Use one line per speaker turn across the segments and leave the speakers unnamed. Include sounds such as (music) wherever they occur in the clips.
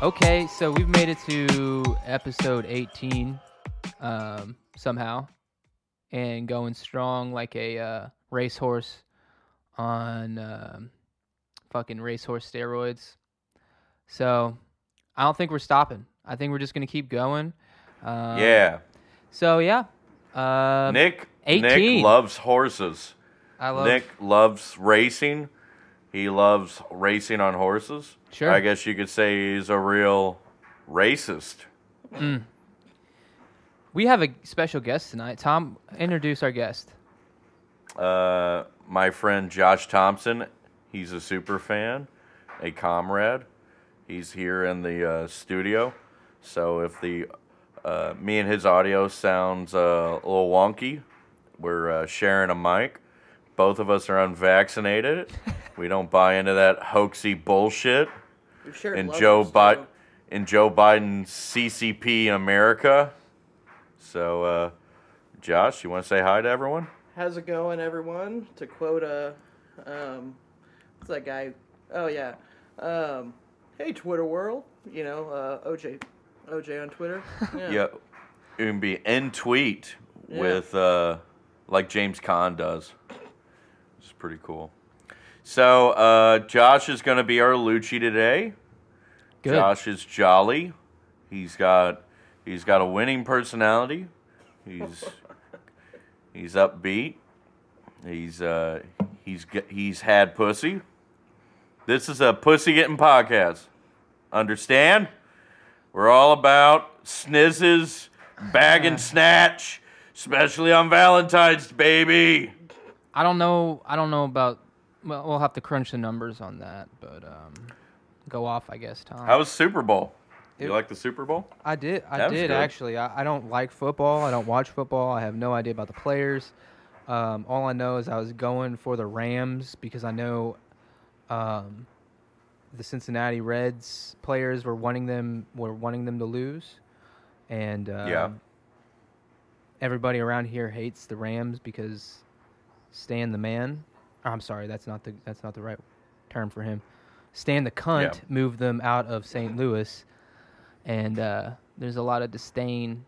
Okay, so we've made it to episode 18 um, somehow and going strong like a uh, racehorse on um, fucking racehorse steroids. So I don't think we're stopping. I think we're just going to keep going. Um,
Uh, yeah.
So, yeah. Um,
Nick
18.
Nick loves horses.
I love
Nick loves racing. He loves racing on horses.
Sure.
I guess you could say he's a real racist.
We have a special guest tonight. Tom, introduce our guest.
Uh, my friend Josh Thompson, he's a super fan, a comrade. He's here in the uh, studio. So if the uh, me and his audio sounds uh, a little wonky, we're uh, sharing a mic. Both of us are unvaccinated. we don't buy into that hoaxy bullshit.
I'm sure.
and
Logan's
Joe Biden
too.
and Joe Biden's CCP in America. So, uh, Josh, you want to say hi to everyone?
How's it going, everyone? To quote a, um, what's that guy? Oh yeah. Um, hey, Twitter world. You know, uh, OJ, OJ on Twitter. Yeah.
Yeah, it can be end tweet
Yeah.
with uh, like James Caan does. It's pretty cool. So, uh, Josh is going to be our Lucci today.
Good.
Josh is jolly. He's got he's got a winning personality. He's he's upbeat. He's uh he's g- he's had pussy. This is a pussy getting podcast. Understand? We're all about snizzes, bag and snatch, especially on Valentine's, baby.
I don't know. I don't know about. Well, we'll have to crunch the numbers on that, but um, go off, I guess, Tom.
How was Super Bowl?
It-
You like the Super Bowl?
I did. I
That was
did
good.
actually. I, I don't like football. I don't watch football. I have no idea about the players. Um, all I know is I was going for the Rams because I know um, the Cincinnati Reds players were wanting them were wanting them to lose, and um,
Yeah.
everybody around here hates the Rams because Stan the man. oh, I'm sorry, that's not the that's not the right term for him. Stan the cunt
Yeah.
moved them out of St. Louis, and uh, there's a lot of disdain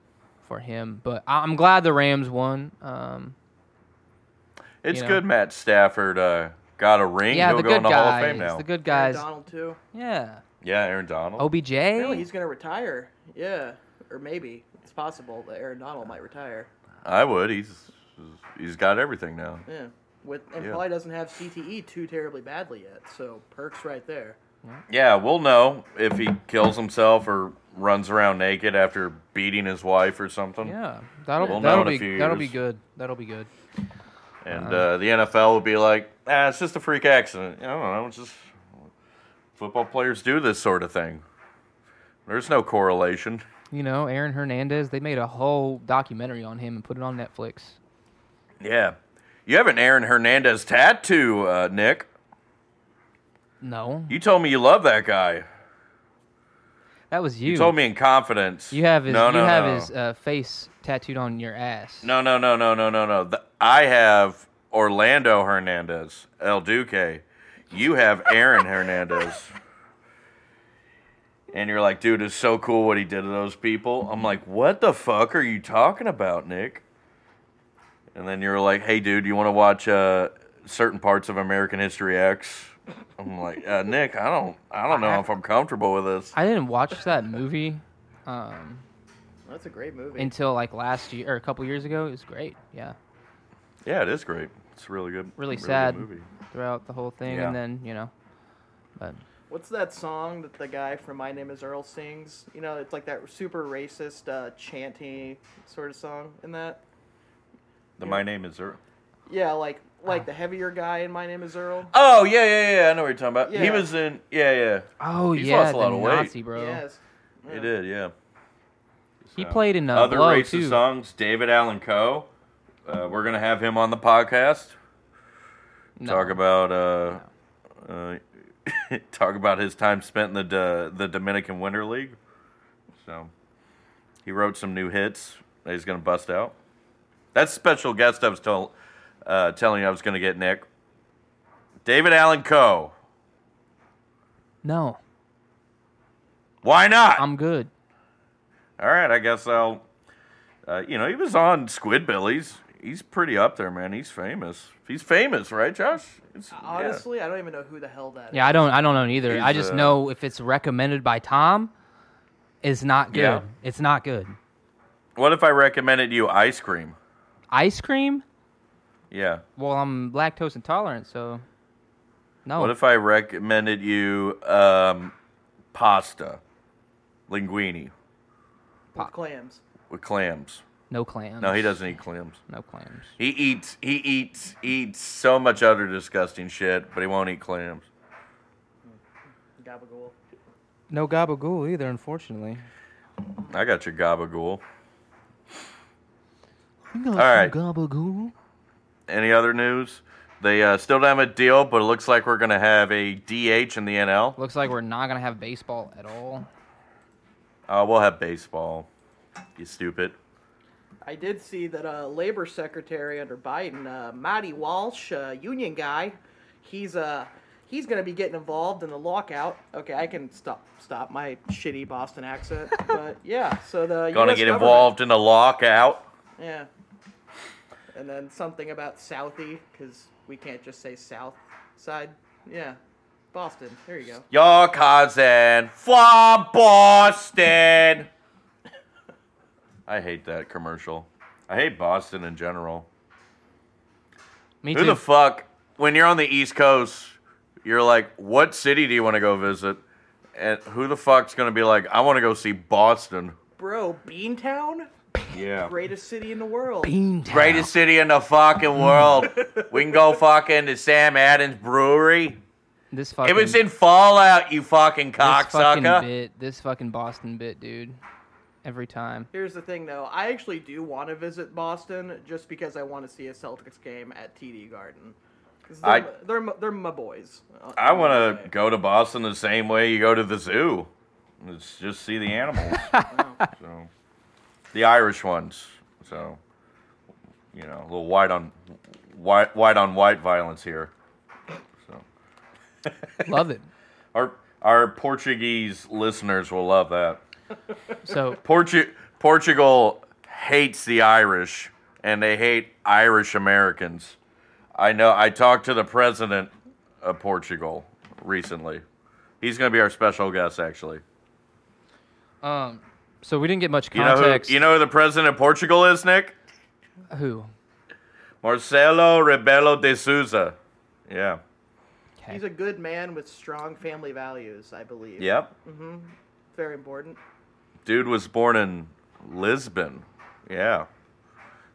for him. But I- I'm glad the Rams won. Um,
It's
You know.
good. Matt Stafford uh, got a ring.
yeah,
He'll
the
go in
good
the Hall of
guys.
Fame now.
The good
Aaron
guys.
Donald too.
Yeah.
Yeah, Aaron Donald.
OBJ.
Apparently, he's gonna retire. Yeah, or maybe it's possible that Aaron Donald might retire.
I would. He's he's got everything now.
Yeah. With and
Yeah.
probably doesn't have CTE too terribly badly yet, so perks right there.
Yeah, we'll know if he kills himself or runs around naked after beating his wife or something.
Yeah, that'll
We'll know
that'll
in a
be
few
that'll be
years.
good. That'll be good. Uh-huh.
And uh, the NFL will be like, ah, it's just a freak accident. I don't know. It's just football players do this sort of thing. There's no correlation.
You know, Aaron Hernandez. They made a whole documentary on him and put it on Netflix.
Yeah. You have an Aaron Hernandez tattoo, uh, Nick.
No,
You told me you love that guy.
that was you.
You, told me in confidence.
You have his.
No,
you
no,
have
no.
his uh, face tattooed on your ass.
No, no, no, no, no, no, no. Th I have Orlando Hernandez, El Duque. You have Aaron Hernandez. And you're like, dude, it's so cool what he did to those people. I'm like, what the fuck are you talking about, Nick? And then you're like, hey, dude, you want to watch uh, certain parts of American History X? I'm like, uh, Nick, I don't, I don't know if I'm comfortable with this.
I didn't watch that movie um,
That's a great movie.
until like last year or a couple years ago. It was great. Yeah,
Yeah, it is great. It's a really good.
really,
good
sad
movie.
throughout the whole thing,
Yeah.
and then you know, but
What's that song that the guy from My Name Is Earl sings? You know, it's like that super racist, uh, chanty sort of song in that.
The My Name Is Earl.
Yeah, like like
Ah.
the heavier guy in My Name Is Earl.
Oh yeah, yeah, yeah. I know what you're talking about. He
Yeah.
was in. Yeah, yeah.
Oh
He's
yeah,
lost a lot
the
of weight.
Nazi bro.
Yes.
He did. Yeah.
He
So.
played in uh,
Other
Blow
racist
too.
songs. David Allen Coe. Uh, we're gonna have him on the podcast.
No.
Talk about uh, uh, (laughs) talk about his time spent in the D- the Dominican Winter League. So he wrote some new hits that he's gonna bust out. That's special guest I was told uh, telling you I was gonna get Nick. David Allen Coe.
No,
Why not?
I'm good.
All right, I guess I'll. Uh, you know, he was on Squidbillies. He's pretty up there, man. He's famous. He's famous, right, Josh? It's, yeah.
Honestly, I don't even know who the hell that is.
Yeah, I don't. I don't know either. I
He's,
just
uh,
know if it's recommended by Tom, it's not good.
Yeah.
It's not good.
What if I recommended you ice cream?
Ice cream?
Yeah.
Well, I'm lactose intolerant, so no.
What if I recommended you um, pasta, linguine
With clams.
with clams?
no clams?
No, he doesn't eat clams.
No clams.
He eats. He eats. Eats so much other disgusting shit, but he won't eat clams.
Gabagool.
No gabagool either, unfortunately.
I got your gabagool.
All
right.
Gabagool.
Any other news? They uh, still don't have a deal, but it looks like we're going to have a DH in the NL.
Looks like we're not gonna have baseball at all.
Uh, we'll have baseball. You stupid.
I did see that uh, labor secretary under Biden, uh, Matty Walsh, uh, union guy, he's uh, he's going to be getting involved in the lockout. Okay, I can stop stop my shitty
(laughs)
Boston accent, but yeah. So the
Going to
US
get
government-
involved in a lockout.
Yeah. And then something about Southie because we can't just say South Side. Yeah, Boston. There you go.
Your cousin from Boston. I hate that commercial. I hate Boston in general.
Me
Who
too.
the fuck, when you're on the East Coast, you're like, what city do you want to go visit? And who the fuck's going to be like, I want to go see Boston?
Bro, Beantown,
Yeah.
greatest city in the world.
Bean Town.
Greatest city in the fucking world. we can go fucking to Sam Adams Brewery.
This fucking.
It was in Fallout, you fucking
this fucking
cocksucker.
bit. This fucking Boston bit, dude. Every time.
Here's the thing, though. I actually do want to visit Boston just because I want to see a Celtics game at TD Garden. 'Cause They're,
I-
my- they're, my- they're my boys.
I want to go to Boston the same way you go to the zoo. Let's just see the animals.
(laughs)
so, the Irish ones. So, you know, a little white on white, white on white violence here. So,
Love it.
our our Portuguese listeners will love that.
So
Portu- Portugal hates the Irish and they hate Irish Americans. I know. I talked to the president of Portugal recently. He's going to be our special guest, actually.
Um, so we didn't get much
You know,
context.
who, you know who the president of Portugal is, Nick?
who?
Marcelo Rebelo de Souza. Yeah.
Okay.
He's a good man with strong family values, I believe.
Yep.
Very important.
Dude was born in Lisbon. Yeah.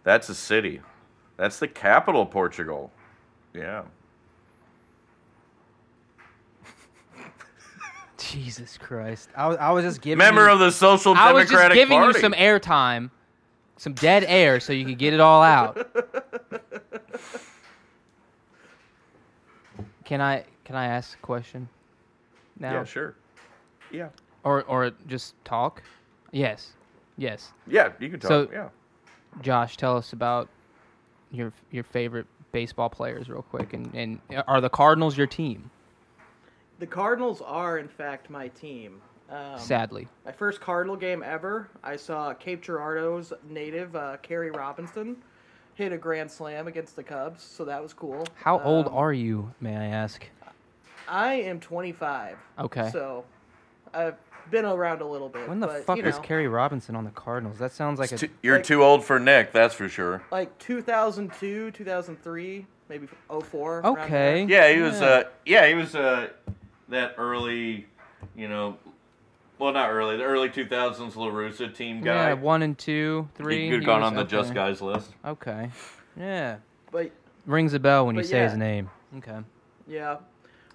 That's a city. That's the capital of Portugal. Yeah.
Jesus Christ! I was, I was just giving
Member
you,
of the Social
I was
Democratic
just giving
Party.
you some airtime, some dead air, so you could get it all out. (laughs) can I can I ask a question now,
Yeah, sure. Yeah.
or or just talk? Yes, yes.
Yeah, you can talk.
So-
yeah.
Josh, tell us about your your favorite baseball players, real quick, and and are the Cardinals your team?
The Cardinals are, in fact, my team. Um,
Sadly,
My first Cardinal game ever, I saw Cape Girardeau's native, uh, Kerry Robinson, hit a grand slam against the Cubs, so that was cool.
how old
Um,
are you, may I ask?
I am 25.
Okay.
So I've been around a little bit.
When the
but,
fuck
you
was
know,
Kerry Robinson on the Cardinals? That sounds like a.
T- You're too old for Nick, that's for sure.
Like 2002, 2003, maybe 04. around there.
okay.
Yeah, he was. Uh, yeah, he was. Uh, that early, you know, well not early, the early 2000s Larusa team guy.
Yeah, one and two, three.
he could have
he
gone
was-
on the Just
okay.
Guys list.
Okay. Yeah.
But
Rings a bell when you
But
say his
yeah.
name. Okay.
yeah,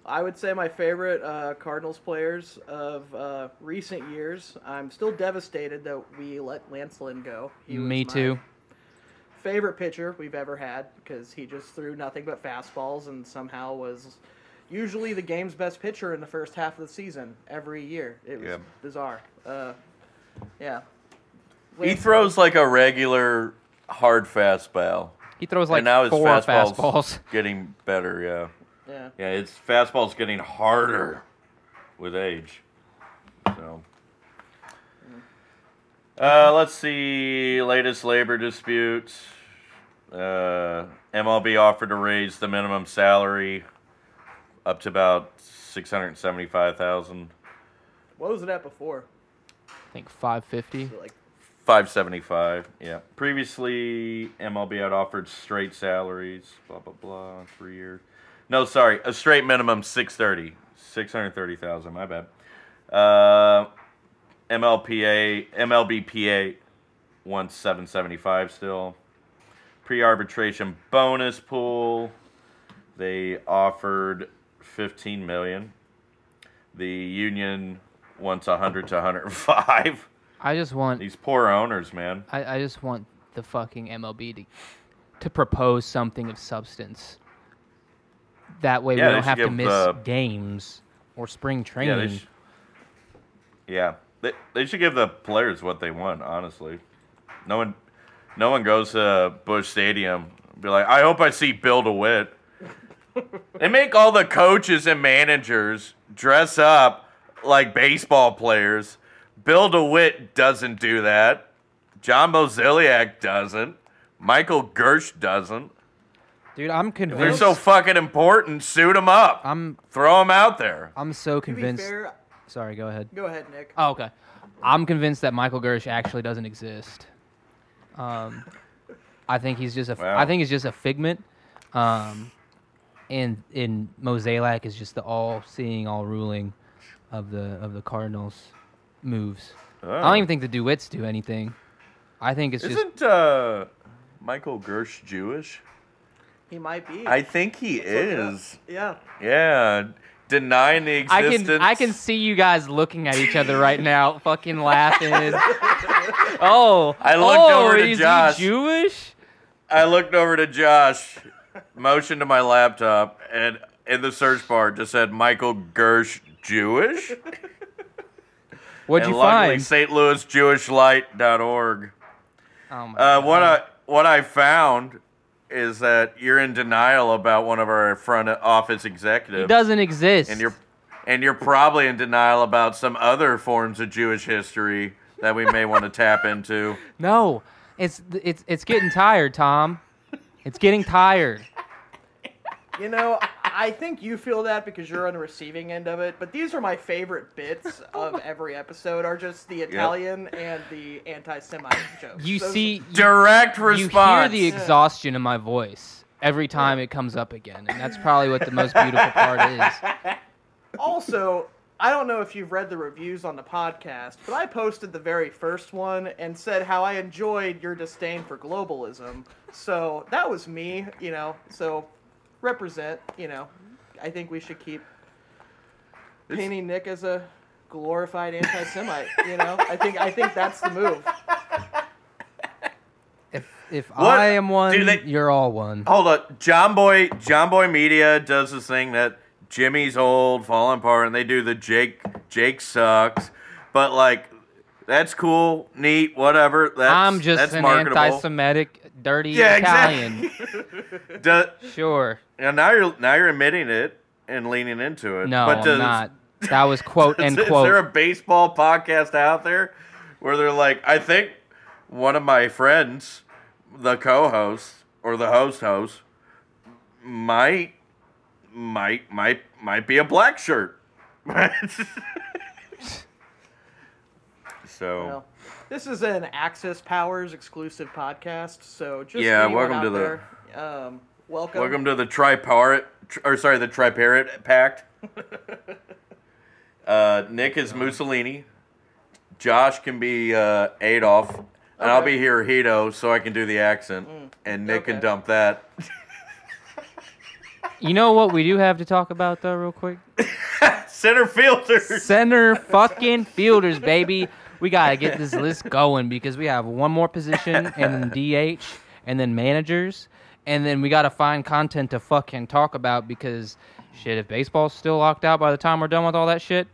I would say my favorite uh, Cardinals players of uh, recent years. I'm still devastated that we let Lance Lynn go. He was
Me
my
too.
favorite pitcher we've ever had because he just threw nothing but fastballs and somehow was usually the game's best pitcher in the first half of the season every year. It was
Yeah.
bizarre. Uh, yeah.
He
Lance-
throws like a regular hard fastball.
He throws like
and now his
four
fastball's
fastballs. (laughs)
getting better, yeah.
Yeah.
Yeah, his fastball's getting harder with age. So uh, let's see latest labor disputes. Uh, MLB offered to raise the minimum salary up to about six hundred seventy-five thousand.
What was it at before?
I think 550.
Like
575 yeah previously mlb had offered straight salaries blah blah blah three years no sorry a straight minimum 630 630000 my bad uh, mlpa mlbpa wants 775 still pre-arbitration bonus pool they offered 15 million the union wants 100 to 105
I just want
these poor owners, man.
I, I just want the fucking MLB to to propose something of substance. That way
Yeah,
we
they
don't
should
have to
give,
miss
uh,
games or spring
Yeah, they
training.
sh- yeah. They, they should give the players what they want. Honestly, no one, no one goes to Bush Stadium and be like, I hope I see Bill DeWitt. they make all the coaches and managers dress up like baseball players. Bill DeWitt doesn't do that. John Moziliak doesn't. Michael Gersh doesn't.
Dude, I'm
They're
convinced.
so fucking important. Suit them up.
I'm
Throw them out there.
I'm so
to be
convinced.
fair,
Sorry, go ahead.
go ahead, Nick.
Oh, okay. I'm convinced that Michael Gersh actually doesn't exist. Um, I think he's just a. I
Wow.
think he's just a figment. Um, and and Mosaic is just the all-seeing, all-ruling of the of the Cardinals moves. I
Oh.
don't even think the Dewitt's do anything. I think it's just.
Isn't uh, Michael Gersh Jewish?
He might be.
I think he
Yeah.
is.
Yeah.
Yeah, denying the
I
existence.
can I can see you guys looking at each other right now,
(laughs)
fucking laughing. oh,
I looked
oh,
over to
is
Josh.
he Jewish?
I looked over to Josh, motioned to my laptop, and in the search bar just said Michael Gersh Jewish.
What'd
and
you
luckily,
find?
stlouisjewishlight.org.
Oh my
Uh, what I what I found is that you're in denial about one of our front office executives.
It doesn't exist.
and you're and you're probably in denial about some other forms of Jewish history that we may want to
(laughs)
tap into.
no, it's it's it's getting tired, Tom. It's getting tired.
You know, I think you feel that because you're on the receiving end of it. But these are my favorite bits of
(laughs)
every episode are just the Italian and the anti-Semite jokes.
You
Those-
see, you,
Direct
you hear
response.
the exhaustion in my voice every time it comes up again, and that's probably what the most beautiful part is.
Also, I don't know if you've read the reviews on the podcast, but I posted the very first one and said how I enjoyed your disdain for globalism. So that was me, you know. So represent, you know. I think we should keep painting Nick as a glorified anti-Semite. you know, I think I think that's the move.
If if
What?
I am one,
Do they- Oh,
you're all one.
Hold up, John Boy. John Boy Media does this thing that Jimmy's old, falling apart, and they do the Jake. Jake sucks, but like. That's cool, neat, whatever. That's,
I'm just
that's
an
marketable.
anti-Semitic, dirty
Yeah,
Italian.
exactly. Do, (laughs)
Sure.
now, now you're now you're admitting it and leaning into it.
No,
but
I'm
does-
not. That was quote
(laughs) Is-
end
is,
quote.
there a baseball podcast out there where they're like, I think one of my friends, the co-host or the host host, might might might might be a black shirt. (laughs) so
Well, this is an Access Powers exclusive podcast, so just
Yeah,
anyone
welcome
out
to the-
there, um, welcome.
welcome to the triparrot tr- or sorry, the triparrot pact. (laughs) Uh, Nick is Mussolini. Josh can be uh, Adolf, and I'll
Okay. Mm.
be Hirohito, so I can do the accent, and Nick can
okay.
dump that.
You know what we do have to talk about though, real quick?
Center
(laughs)
fielder.
Center fucking fielders, baby. We gotta get this list going because we have one more position and then DH and then managers and then we gotta find content to fucking talk about because shit, if baseball's still locked out by the time we're done with all that shit,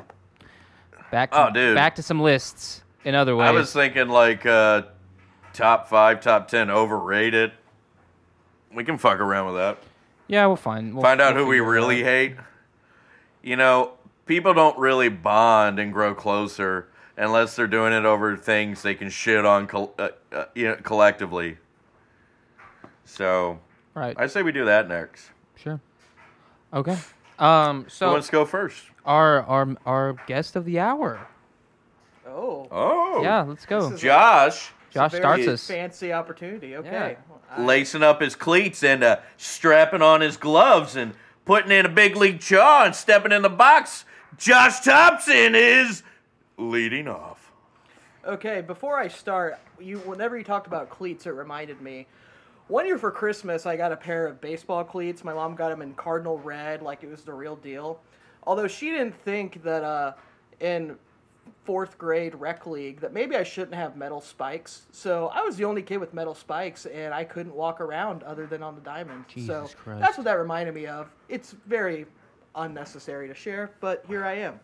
back to,
Oh, dude.
back to some lists in other ways.
I was thinking like uh, top five, top ten, overrated. We can fuck around with that.
yeah, we'll find we'll,
Find out
we'll
who we
figure it
really
out.
hate. You know, people don't really bond and grow closer unless they're doing it over things they can shit on col- uh, uh, you know, collectively. So
Right.
I say we do that next.
Sure. Okay. Um
Who
so
wants to go first?
our our our guest of the hour.
Oh,
Oh,
Yeah, let's go.
is-
Josh
Josh
very
starts us.
Fancy opportunity. Okay. I-
lacing up his cleats and uh, strapping on his gloves and putting in a big league jaw and stepping in the box. Josh Thompson is leading off.
Okay, before I start, you whenever you talked about cleats, it reminded me. One year for Christmas, I got a pair of baseball cleats. My mom got them in cardinal red, like it was the real deal. Although she didn't think that uh, in fourth grade rec league that maybe I shouldn't have metal spikes. So I was the only kid with metal spikes, and I couldn't walk around other than on the diamond. so
Jesus Christ.
that's what that reminded me of. It's very unnecessary to share, but here I am,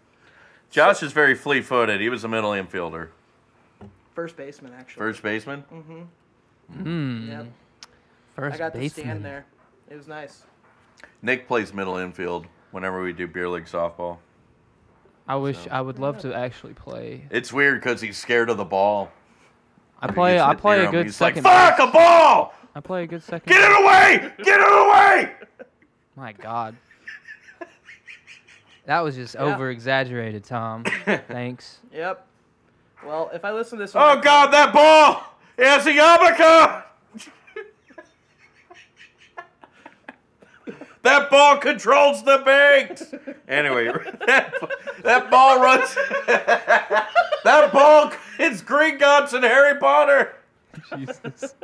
Josh is very fleet footed. He was a middle infielder.
first baseman actually.
First baseman?
Yep.
First
I got to
baseman.
stand there. It was nice.
Nick plays middle infield whenever we do beer league softball.
I wish I would love to actually play.
It's weird because he's scared of the ball.
I
He
play
gets
I
hit
play
near
a
him,
good
he's
second. base-
Like, Fuck a ball!
I play a good second.
Get it away! Get it away!
My
(laughs)
God, that was just over exaggerated,
(laughs)
Tom. Thanks.
Yep. Well, if I listen to this,
Oh God, that ball! It's a yarmulke! that ball controls the banks. Anyway, that, that ball runs. that ball is Green Gods and Harry Potter.
Jesus.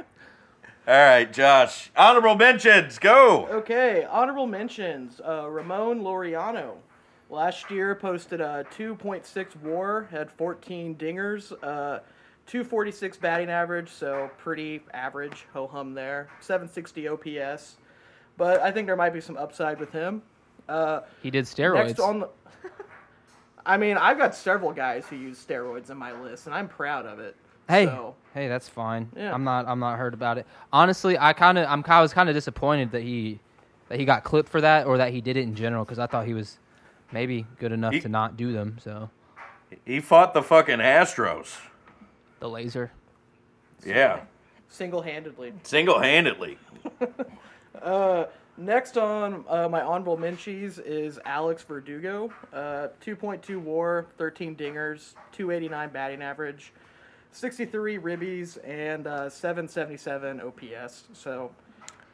All right, Josh. Honorable mentions. Go.
Okay, honorable mentions. Uh, Ramon Laureano. Last year posted a 2.6 war, had 14 dingers, uh, 246 batting average, so pretty average, ho hum there. 760 OPS. But I think there might be some upside with him. Uh,
He did
next
steroids.
on the. I mean, I've got several guys who use steroids in my list, and I'm proud of it.
hey,
So,
hey, that's fine.
Yeah.
I'm not I'm not hurt about it. Honestly, I kind of I'm I was kind of disappointed that he that he got clipped for that or that he did it in general because I thought he was maybe good enough
He-
to not do them. So
He fought the fucking Astros.
the laser.
Yeah,
single handedly.
single-handedly.
Next on uh, my honorable mentions is Alex Verdugo. Uh, 2.2 war, 13 dingers, 289 batting average, 63 ribbies, and uh, 777 OPS. So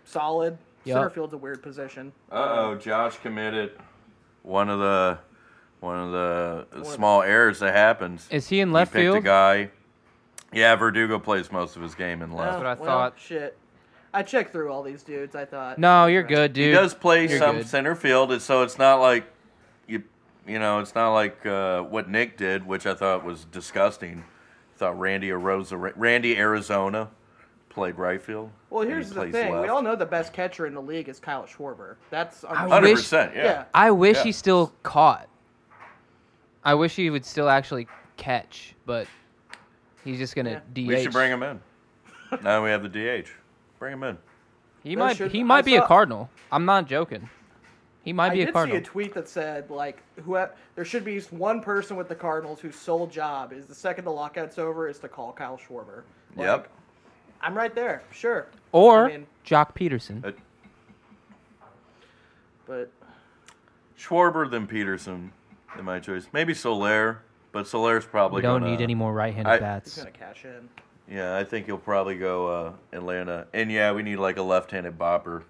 solid.
Yep.
Center field's a weird position.
Uh oh, Josh committed one of the one of the small errors that happens.
Is he in left
he picked
field?
A guy. Yeah, Verdugo plays most of his game in
That's
left.
what I thought.
Oh, Shit. I checked through all these dudes, I thought.
No, you're good, dude.
he does play
You're
some
good.
center field, and so it's not like you you know it's not like uh, what Nick did, which I thought was disgusting. thought Randy Arosa, Randy Arizona played right field.
Well,
and he
here's the
plays
thing. We
left.
all know the best catcher in the league is Kyle Schwarber. That's
I wish-
100%, yeah.
Yeah.
I wish
Yeah.
he still caught. I wish he would still actually catch, but he's just gonna DH.
We should bring him in. now we have the DH. Bring him in.
He
They
might.
should-
he
I
might be
saw-
a cardinal. I'm not joking. He might
I
be
did
a cardinal.
see a tweet that said like who there should be one person with the Cardinals whose sole job is the second the lockout's over is to call Kyle Schwarber. Like,
Yep.
I'm right there, sure.
or
I mean,
Jock Peterson.
Uh,
but
Schwarber than Peterson in my choice. Maybe Solaire, but Solaire's probably
We don't
gonna-
need any more right-handed
I-
he's
bats.
gonna cash in.
Yeah, I think he'll probably go uh, Atlanta. And yeah, we need like a left-handed bopper.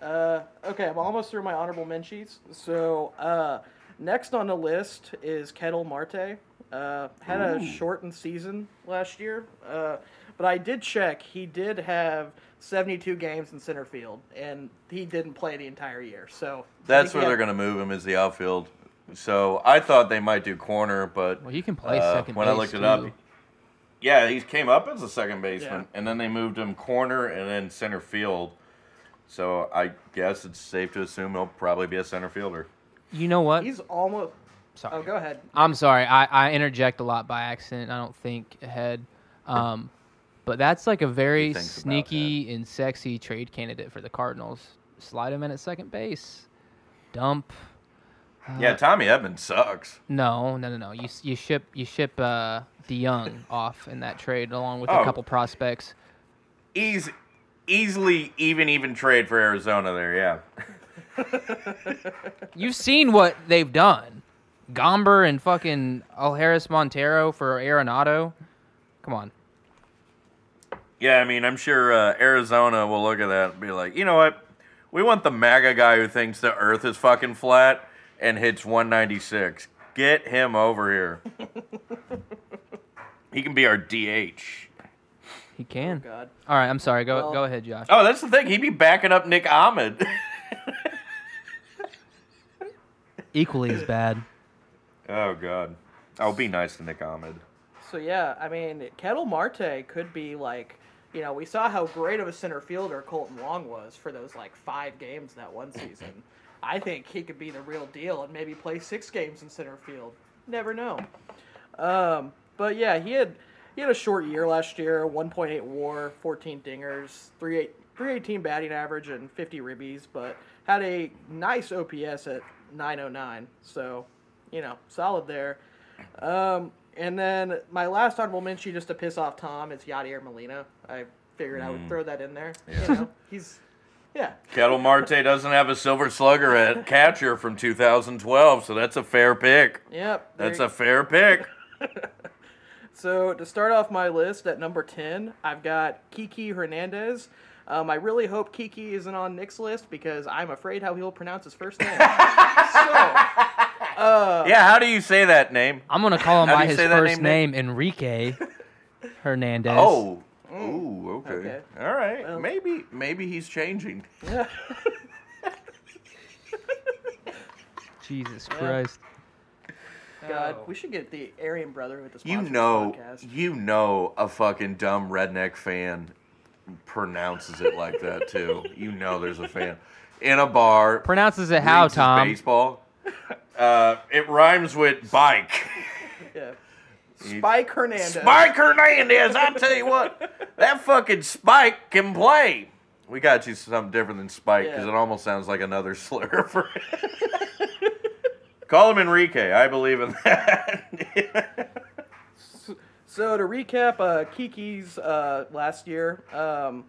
Uh, okay, I'm almost through my honorable mentions. So uh, next on the list is Kettle Marte. Uh, had a shortened season last year, uh, but I did check. He did have 72 games in center field, and he didn't play the entire year. So
That's
he
where they're
had-
going to move him is the outfield. So I thought they might do corner, but
Well, he can play
uh,
second
When I
base,
looked it
too.
up, yeah, he came up as a second baseman, and then they moved him corner and then center field. So I guess it's safe to assume he'll probably be a center fielder.
You know what?
He's almost.
Sorry.
Oh, go ahead.
I'm sorry. I, I interject a lot by accident. I don't think ahead. Um, but that's like a
He
very
thinks about
sneaky and sexy trade candidate for the Cardinals. Slide him in at second base. Dump. Uh,
yeah, Tommy Edmond sucks.
No, no, no, no. You s- you ship you ship uh,
(laughs)
DeYoung off in that trade along with
Oh.
a couple prospects.
Easy, easily even even trade for Arizona there. Yeah,
You've seen what they've done. Gomber and fucking Alharis Montero for Arenado. Come on.
yeah. I mean, I'm sure uh, Arizona will look at that and be like, you know what? We want the MAGA guy who thinks the Earth is fucking flat and hits 196. Get him over here. (laughs) he can be our DH.
He can.
Oh, God.
All right, I'm sorry. Go
Well-
go ahead, Josh.
Oh, that's the thing. He'd be backing up Nick Ahmed. (laughs)
Equally as bad.
oh God. I'll be nice to Nick Ahmed.
So yeah, I mean, Kettle Marte could be like, you know, we saw how great of a center fielder Colton Long was for those like five games that one season. I think he could be the real deal and maybe play six games in center field. Never know. Um, but yeah, he had he had a short year last year, 1.8 WAR, 14 dingers, 38 318 batting average, and 50 ribbies, but had a nice OPS at 909. So, you know, solid there. Um, and then my last honorable mention, just to piss off Tom, is Yadier Molina. I figured I
Mm.
would throw that in there. You know, he's yeah.
Kettle Marte doesn't have a silver slugger at catcher from 2012, so that's a fair pick.
Yep. there
That's
you-
a fair pick.
So to start off my list at number ten, I've got Kiki Hernandez. Um, I really hope Kiki isn't on Nick's list because I'm afraid how he'll pronounce his first
(laughs)
name. so
Yeah, how do you say that name?
I'm gonna call him
How do
by
you
his
say that
first
name,
name,
(laughs)
Enrique Hernandez.
Oh. Ooh, okay.
Mm. Okay.
All right. maybe maybe he's changing.
Jesus Christ!
God,
Oh.
we should get the Aryan Brotherhood to
You
sponsor
know,
this podcast.
you know a fucking dumb redneck fan pronounces it like that too. You know there's a fan in a bar.
Pronounces it how,
reads his
Tom?
Baseball. Uh, it rhymes with bike.
Yeah. Spike Hernandez.
Spike Hernandez, I tell you what, that fucking Spike can play. We got you something different than Spike because
Yeah.
it almost sounds like another (laughs) slur for Call him Enrique. I believe in that. (laughs)
So to recap, uh, Kiki's uh, last year, um,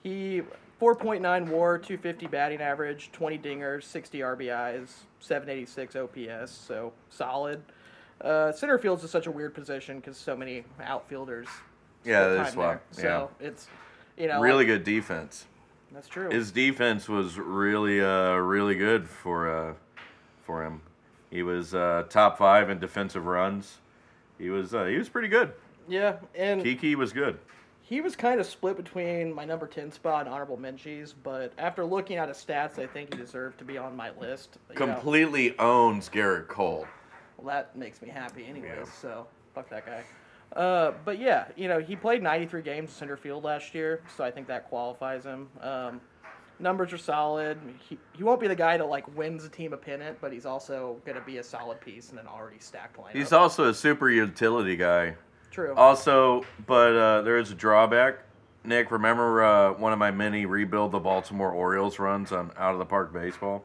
he 4.9 WAR, 250 batting average, 20 dingers, 60 RBIs, 786 OPS. So solid. Uh, center field's just such a weird position because so many outfielders.
yeah,
spend
that's
time
why.
there.
Yeah.
So it's you know
really
like-
good defense.
That's true.
His defense was really, uh, really good for uh, for him. He was uh, top five in defensive runs. He was uh, he was pretty good.
yeah, and
Kiki was good.
He was kind of split between my number 10 spot and honorable mentions, but after looking at his stats, I think he deserved to be on my list. You know,
Completely owns Garrett Cole.
well, that makes me happy anyways,
Yeah.
so fuck that guy. Uh, but yeah, you know, he played 93 games in center field last year, so I think that qualifies him. Um, numbers are solid. He, he won't be the guy to, like, wins a team a pennant, but he's also going to be a solid piece in an already stacked lineup.
He's also a super utility guy.
True.
Also, but uh, there is a drawback. Nick, remember uh, one of my many rebuild the Baltimore Orioles runs on out of the park baseball?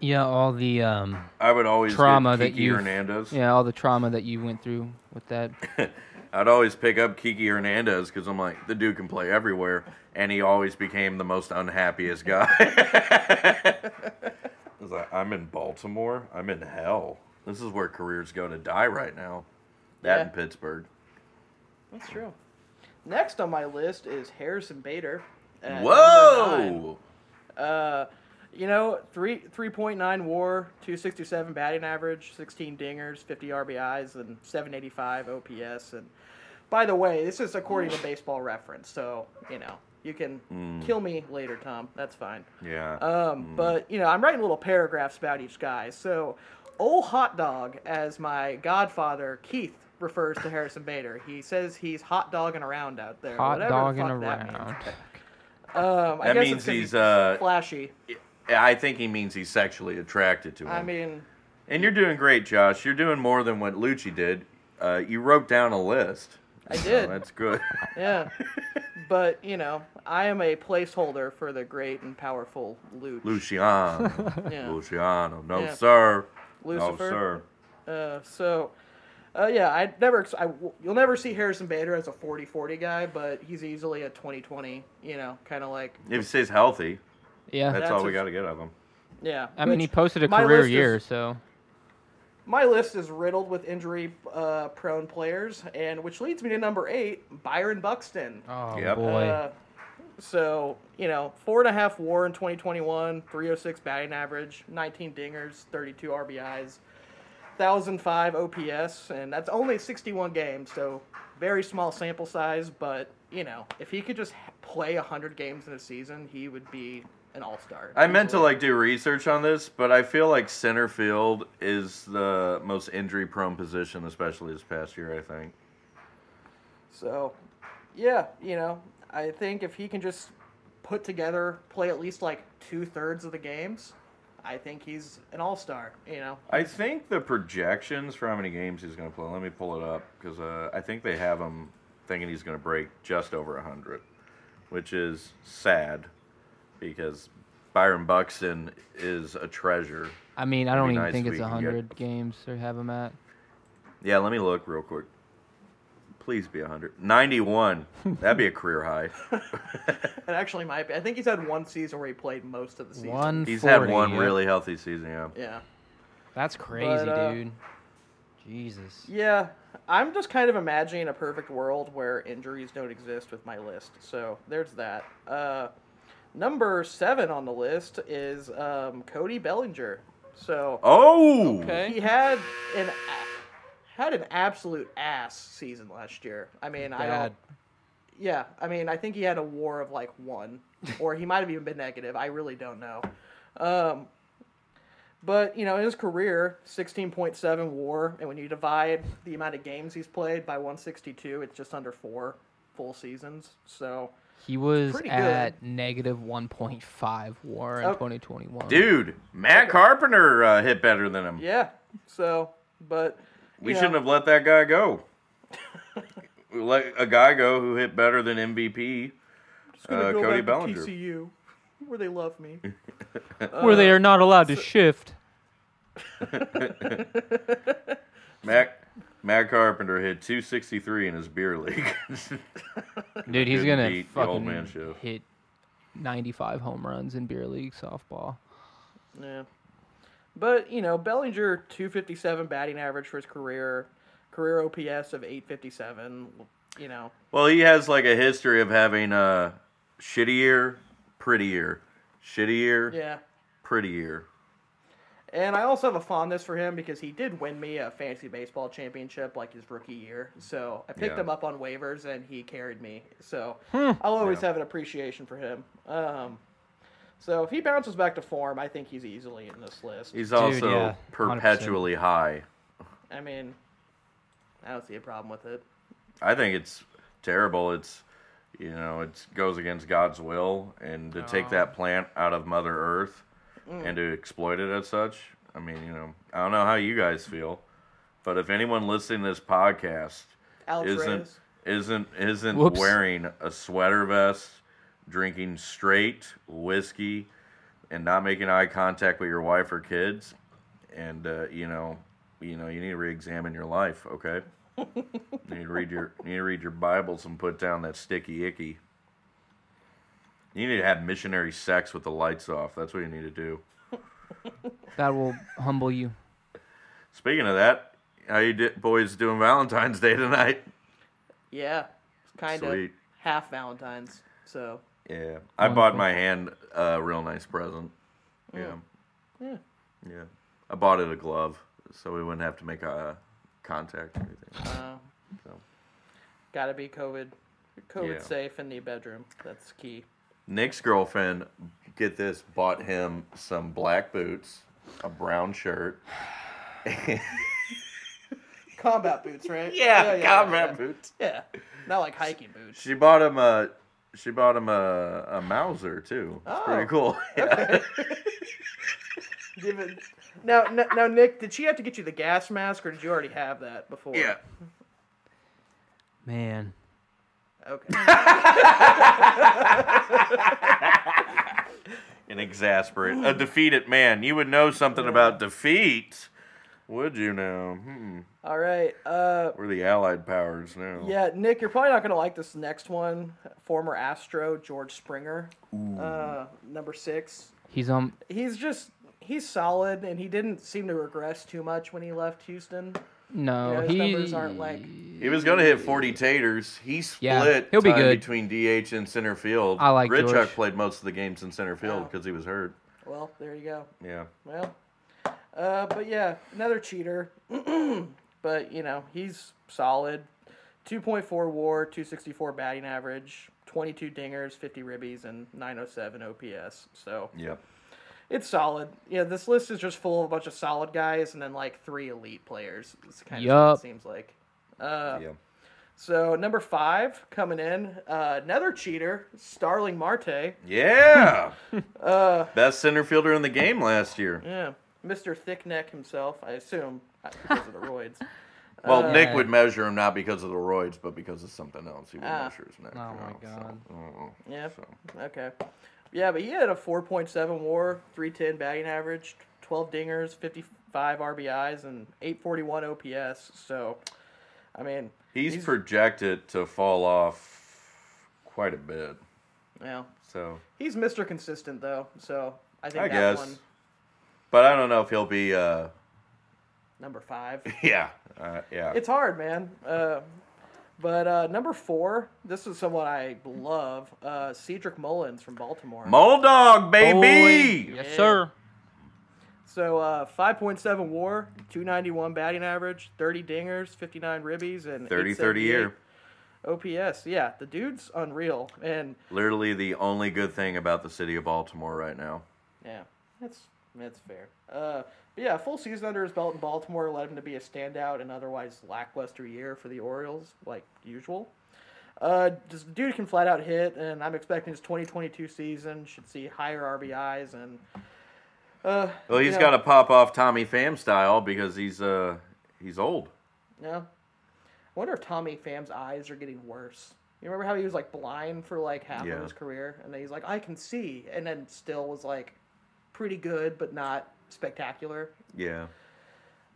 Yeah, all the um,
I would always
trauma
get
that
Kiki
you
Hernandez.
Yeah, all the trauma that you went through with that.
I'd always pick up Kiki Hernandez because I'm like, the dude can play everywhere, and he always became the most unhappiest guy. (laughs) I was like, I'm in Baltimore. I'm in hell. This is where careers go to die right now. That
Yeah.
in Pittsburgh.
That's true. Next on my list is Harrison Bader. at number nine.
Whoa!
Uh, you know, three three point nine WAR, two sixty seven batting average, sixteen dingers, fifty RBIs, and seven eighty five OPS. And by the way, this is according to Baseball Reference, so you know you can
Mm.
kill me later, Tom. That's fine.
Yeah.
Um,
Mm.
But you know, I'm writing little paragraphs about each guy. So, old hot dog, as my godfather Keith refers to Harrison Bader, he says he's hot dogging around out there.
Hot
whatever the
dogging
fuck that means.
around.
Um, I
That
guess
means
it's 'cause
he's, uh,
flashy.
I think he means he's sexually attracted to him.
I mean,
and you're doing great, Josh. You're doing more than what Lucci did. Uh, you wrote down a list. Oh,
I did.
that's good. (laughs)
yeah. But you know, I am a placeholder for the great and powerful Luch.
Luciano.
(laughs) Yeah.
Luciano. No,
Yeah.
sir. No,
Lucifer?
sir.
Uh, so, uh, yeah, I never, ex- I w you'll never see Harrison Bader as a 40-40 guy, but he's easily a 20-20. You know, kind of like
If he stays healthy,
Yeah.
that's,
That's
all
a-
we got to get of him.
yeah.
I mean, he
Which
posted a
my
career
list is-
year, so
my list is riddled with injury-prone players, and which leads me to number eight, Byron Buxton.
oh
Yep.
boy,
Uh, so, you know, four and a half war in 2021, 306 batting average, 19 dingers, 32 RBIs, 1,005 OPS, and that's only 61 games. So, very small sample size, but, you know, if he could just h- play 100 games in a season, he would be an all star.
I meant to like do research on this, but I feel like center field is the most injury prone position, especially this past year, I think.
So, yeah, you know, I think if he can just put together, play at least like two thirds of the games, I think he's an all star, you know.
I think the projections for how many games he's going to play. Let me pull it up because uh, I think they have him thinking he's going to break just over hundred, which is sad because Byron Buxton is a treasure.
I mean, I don't
be
even
nice
think
if
it's
we can get-
hundred games they have him at.
Yeah, let me look real quick. Please be 100. 91. That'd be a career high.
It actually might be. I think he's had one season where he played most of the season.
One.
He's had one really healthy season, yeah.
Yeah.
That's crazy,
uh,
dude. Jesus.
Yeah. I'm just kind of imagining a perfect world where injuries don't exist with my list. So there's that. Uh, number seven on the list is um, Cody Bellinger. So
Oh!
he had an a- had an absolute ass season last year. I mean, I don't.
Bad.
Yeah, I mean, I think he had a war of like one, or he might have even been negative. I really don't know. Um, but you know, in his career, sixteen point seven WAR, and when you divide the amount of games he's played by one sixty two, it's just under four full seasons. So
He was
pretty good.
at negative 1.5 WAR in
Oh.
2021.
Dude, Matt Carpenter uh, hit better than him.
yeah, so but you
we
know,
shouldn't have let that
(laughs)
guy go. We let a guy go who hit better than MVP.
just gonna
uh,
go
Cody
back
Bellinger.
to TCU, where they love me.
(laughs)
Where
Uh,
they are not allowed to shift.
Matt, Matt Carpenter hit 263 in his
(laughs)
beer league.
Dude, he's
Couldn't
gonna
beat the
fucking
old man shift.
hit 95 home runs in beer league softball.
Yeah. But, you know, Bellinger 257 batting average for his career, career OPS of 857, you know.
well, he has like a history of having a shitty year, pretty year. Shitty year,
Yeah.
pretty year.
And I also have a fondness for him because he did win me a fantasy baseball championship like his rookie year. So I picked
Yeah.
him up on waivers and he carried me. So I'll always have an appreciation for him. Um, so if he bounces back to form, I think he's easily in this list.
He's also
yeah, 100%.
perpetually high.
I mean, I don't see a problem with it.
I think it's terrible. It's you know, it goes against God's will, and to take that plant out of Mother Earth and to exploit it as such. I mean, you know, I don't know how you guys feel, but if anyone listening to this podcast
Alex
isn't
Reyes.
isn't isn't
Whoops.
wearing a sweater vest, drinking straight whiskey, and not making eye contact with your wife or kids, and uh, you know, you know, you need to re-examine your life. Okay, you need to read your you need to read your Bibles and put down that sticky icky. You need to have missionary sex with the lights off. That's what you need to do.
That
(laughs)
will humble you.
Speaking of that, how you di- boys doing Valentine's Day tonight?
Yeah, kind of
Sweet.
half Valentine's. So
Yeah, I bought my hand a real nice present. Yeah,
Yeah.
yeah. I bought it a glove, so we wouldn't have to make a contact or anything.
Um,
So.
Got to be COVID, COVID
Yeah.
safe in the bedroom. That's key.
Nick's girlfriend, get this, bought him some black boots, a brown shirt.
Combat boots, right?
combat boots.
Oh, Yeah. yeah, not like hiking boots.
She bought him a. She bought him a a Mauser too. It's
Oh,
pretty cool.
Given (laughs) now, n- now, Nick, did she have to get you the gas mask, or did you already have that before?
yeah.
Man.
Okay.
An exasperate, a defeated man. You would know something about defeat, would you now? Hmm.
All right. Uh,
We're the Allied powers now.
Yeah, Nick, you're probably not going to like this next one. Former Astro George Springer, uh, number six.
He's um, on
He's just he's solid, and he didn't seem to regress too much when he left Houston.
no,
Yeah, his
Oh, he
numbers aren't like-
He was going to hit 40 taters. He
Yeah,
split
he'll be
time
good.
between DH and center field.
I like
Ritchuk
George.
played most of the games in center field because he was hurt.
Well, there you go.
Yeah.
Well, uh, but yeah, another cheater. (clears throat) but you know he's solid. 2.4 WAR, 264 batting average, 22 dingers, 50 ribbies, and 907 OPS. So
Yep.
It's solid. Yeah, this list is just full of a bunch of solid guys and then like three elite players. It's kind of what
Yup.
it seems like. Uh,
yeah.
So number five coming in, uh, another cheater, Starling Marte.
(laughs)
Yeah.
Uh.
Best center fielder in the game last year.
Yeah, Mr. Thick Neck himself, I assume, because of the roids.
Well,
Uh.
Nick would measure him not because of the roids, but because of something else. He would
Ah.
measure his neck.
Oh,
you
my
know, so,
God.
mm,
Yeah.
so.
Okay. Yeah, but he had a 4.7 WAR, 310 batting average, 12 dingers, 55 RBIs, and 841 OPS. So, I mean,
He's, projected to fall off quite a bit.
well,
So
He's Mr. Consistent though, so I think
I
that
guess.
one
But I don't know if he'll be. Uh, (laughs)
number five.
yeah. Uh, yeah.
It's hard, man. Uh, but uh, number four, this is someone I love, uh, Cedric Mullins from Baltimore.
Mole dog, baby.
Yes,
Yeah.
sir.
so uh, 5.7 WAR, 291 batting average, 30 dingers, 59 ribbies, and
30 30 year.
878 OPS. Yeah, the dude's unreal, and
Literally the only good thing about the city of Baltimore right now.
Yeah, that's that's fair. Uh, but yeah, full season under his belt in Baltimore led him to be a standout and otherwise lackluster year for the Orioles, like usual. Uh, just dude can flat out hit, and I'm expecting his 2022 season should see higher RBIs and. Uh,
Well,
he's
he's got to pop off Tommy Pham style because he's uh he's old.
Yeah. I wonder if Tommy Pham's eyes are getting worse. You remember how he was like blind for like half
Yeah.
of his career, and then he's like, I can see, and then still was like, pretty good but not spectacular.
Yeah.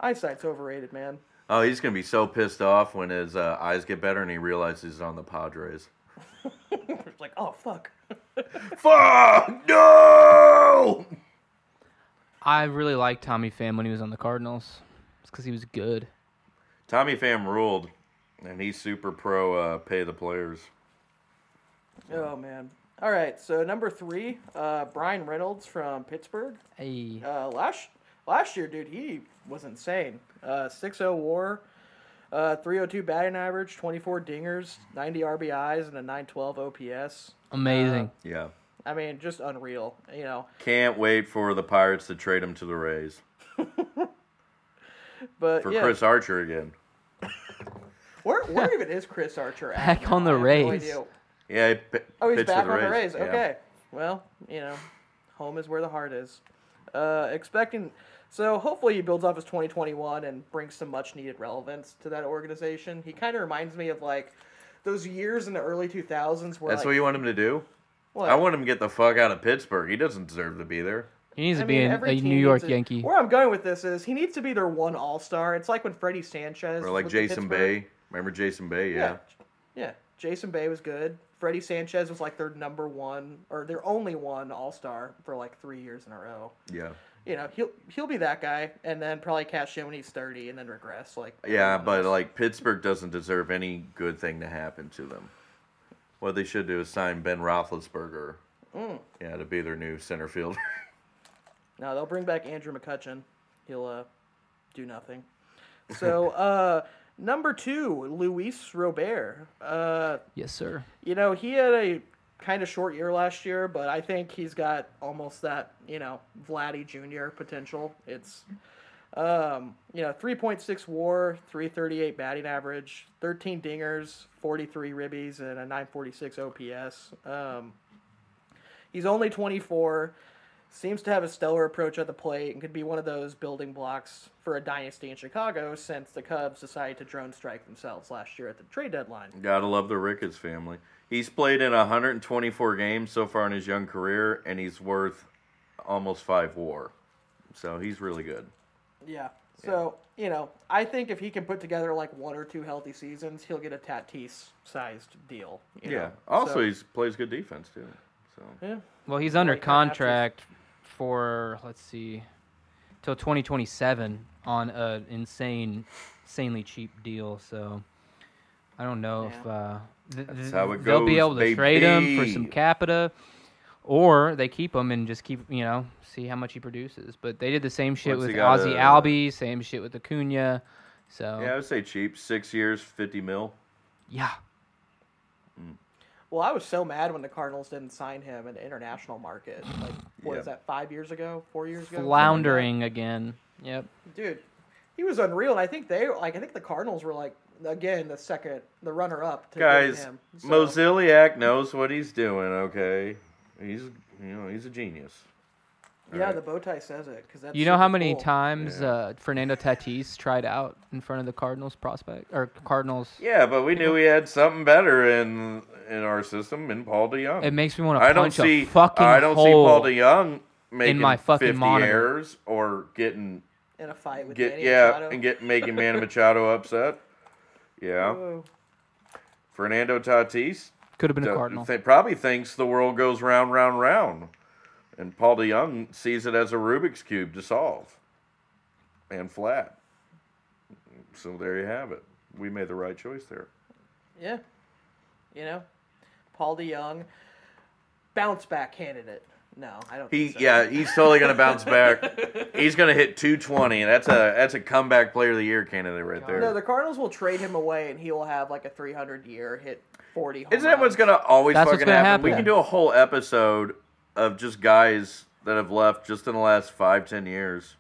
Eyesight's overrated, man.
Oh, he's gonna be so pissed off when his uh, eyes get better and he realizes he's on the Padres.
It's like, oh fuck.
Fuck no!
I really liked Tommy Pham when he was on the Cardinals. It's because he was good.
Tommy Pham ruled, and he's super pro uh, pay the players.
(laughs) Oh man. All right, so number three, uh, Brian Reynolds from Pittsburgh.
Hey.
Uh, last last year, dude, he was insane. Uh, 6.0 WAR, uh, 302 batting average, 24 dingers, 90 RBIs, and a 912 OPS.
Amazing.
Uh,
Yeah.
I mean, just unreal. You know,
Can't wait for the Pirates to trade him to the Rays
but
for
yeah,
Chris Archer again.
where
(laughs)
where even is Chris Archer at?
Back
now?
on the
I have no
Rays.
idea.
Yeah. He p-
Oh, he's
pitched for
back on the
Rays.
Rays.
Yeah.
Okay. Well, you know, home is where the heart is. Uh, expecting, so hopefully he builds off his 2021 and brings some much needed relevance to that organization. He kind of reminds me of like those years in the early 2000s where
That's
like,
what you want him to do?
what?
I want him to get the fuck out of Pittsburgh. He doesn't deserve to be there.
He needs
I
to be
mean,
an,
every
a
team
New
needs
York
a-
Yankee.
Where I'm going with this is he needs to be their one all star. It's like when Freddie Sanchez
Or like
was with
Jason
Pittsburgh.
Bay. Remember Jason Bay? Yeah.
Yeah. Yeah. Jason Bay was good. Freddie Sanchez was like their number one or their only one all star for like three years in a row.
Yeah.
you know he'll he'll be that guy and then probably cash in when he's 30 and then regress like
Yeah,
everyone
but
else.
like Pittsburgh doesn't deserve any good thing to happen to them. What they should do is sign Ben Roethlisberger.
Mm.
Yeah, to be their new center fielder. (laughs)
No, they'll bring back Andrew McCutcheon. He'll uh, do nothing. So (laughs) uh, number two, Luis Robert. Uh,
Yes, sir.
you know, he had a kind of short year last year, but I think he's got almost that, you know, Vladdy Jr. potential. It's, um, you know, 3.6 war, 338 batting average, 13 dingers, 43 ribbies, and a 946 OPS. Um, he's only 24, seems to have a stellar approach at the plate, and could be one of those building blocks for a dynasty in Chicago since the Cubs decided to drone strike themselves last year at the trade deadline.
Gotta love the Ricketts family. He's played in 124 games so far in his young career, and he's worth almost five WAR. So he's really good.
Yeah. So you know, I think if he can put together like one or two healthy seasons, he'll get a Tatis-sized deal. you
Yeah.
know?
Also,
So-
he plays good defense too. So
yeah.
Well, he's under
Like, uh, after-
contract for let's see, till 2027 on an insane, insanely cheap deal. So I don't know if uh, th- th-
how it
they'll be
goes,
able to trade him for some
baby.
capita, or they keep him and just keep you know see how much he produces. But they did the same shit
Once he
with
got
Ozzy
a-
Albi, same shit with Acuna. So
yeah, I would say cheap. Six years, 50 mil.
yeah.
Well, I was so mad when the Cardinals didn't sign him in the international market. Like, what is
Yeah.
that? Five years ago? Four years ago?
floundering again. Yep.
dude. He was unreal, and I think they like. I think the Cardinals were like again the second, the runner-up to getting
Guys,
him. So,
Moziliak knows what he's doing. Okay, he's you know he's a genius.
Yeah,
right.
the bow tie says it because
You know how many
cool.
times
Yeah.
uh, Fernando Tatis tried out in front of the Cardinals prospect or Cardinals?
Yeah, but we knew we had something better in in our system in Paul DeYoung.
It makes me want to
I don't
punch
see
a fucking
I don't
hole.
see Paul DeYoung making
my fucking
50
monitor.
errors or getting
in a fight with
get
Manny
yeah
Machado.
and get making Manny Machado upset. Yeah,
Whoa.
Fernando Tatis
Could have been a
don't-
Cardinal.
thi- probably thinks the world goes round, round, round, and Paul DeYoung sees it as a Rubik's cube to solve, and flat. So there you have it. We made the right choice there.
Yeah. You know, Paul DeYoung, bounce back candidate. No, I don't.
He
think so.
yeah, he's totally gonna bounce back. He's gonna hit 220, and that's a that's a comeback player of the year candidate right there.
No, the Cardinals will trade him away, and he will have like a 300 year hit 40. home
Isn't that what's
runs.
gonna always
That's what's
fucking
gonna
happen? We
happen.
can do a whole episode of just guys that have left just in the last five, ten years,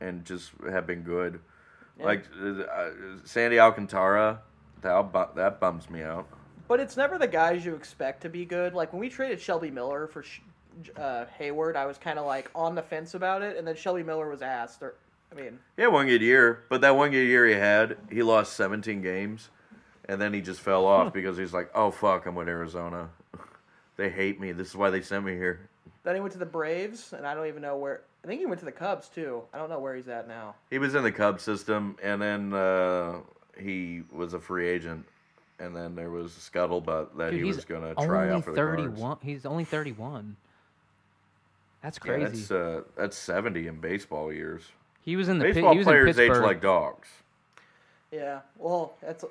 and just have been good. Like uh, uh, Sandy Alcantara, that bu- that bums me out.
But it's never the guys you expect to be good. Like when we traded Shelby Miller for Sh- uh, Hayward, I was kind of like on the fence about it, and then Shelby Miller was asked, or I mean,
He had one good year, but that one good year he had, he lost 17 games, and then he just fell off because he's like, oh fuck, I'm with Arizona. (laughs) They hate me. This is why they sent me here.
then he went to the Braves, and I don't even know where. I think he went to the Cubs too. I don't know where he's at now.
He was in the Cubs system, and then uh, he was a free agent, and then there was a scuttlebutt that
Dude,
he
he's
was going to
only
try out for the
31.
Cards.
He's only 31. That's
Yeah,
crazy.
that's uh, that's 70 in baseball years.
he was in the pit-
Baseball
he was in
players age
Pittsburgh.
like dogs.
Yeah. Well, that's.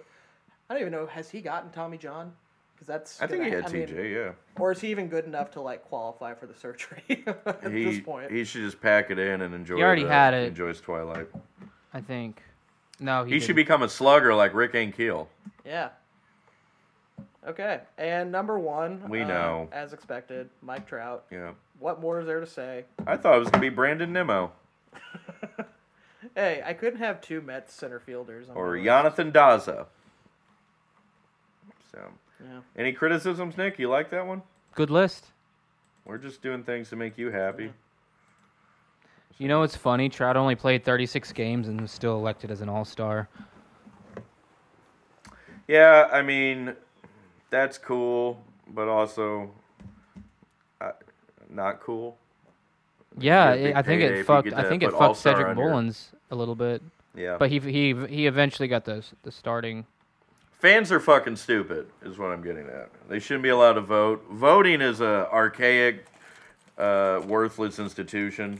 I don't even know. Has he gotten Tommy John? Because that's.
I think he
gonna-
had
mean,
TJ. yeah.
Or is he even good enough to like qualify for the surgery (laughs) at
he,
this point?
He should just pack it in and enjoy.
He already
the-
had it.
Enjoys Twilight.
I think. No, he,
He should
didn't.
become a slugger like Rick Ankiel.
yeah. Okay, and number one,
We
uh,
know.
as expected, Mike Trout.
Yeah,
What more is there to say?
I thought it was gonna be Brandon Nimmo
Hey, I couldn't have two Mets center fielders. on my
or
list.
Jonathan Daza. So,
Yeah.
any criticisms, Nick? You like that one?
Good list.
We're just doing things to make you happy.
You know what's funny? Trout only played 36 games and was still elected as an All Star.
Yeah, I mean, that's cool, but also uh, not cool.
Yeah,
get a
it, I
big
think
payday if
it
you
fucked.
get
I
to
think
put
it fucked
All-Star
Cedric
on your-
Mullins a little bit,
Yeah,
but he he he eventually got the the starting.
fans are fucking stupid is what i'm getting at they shouldn't be allowed to vote voting is a archaic uh, worthless institution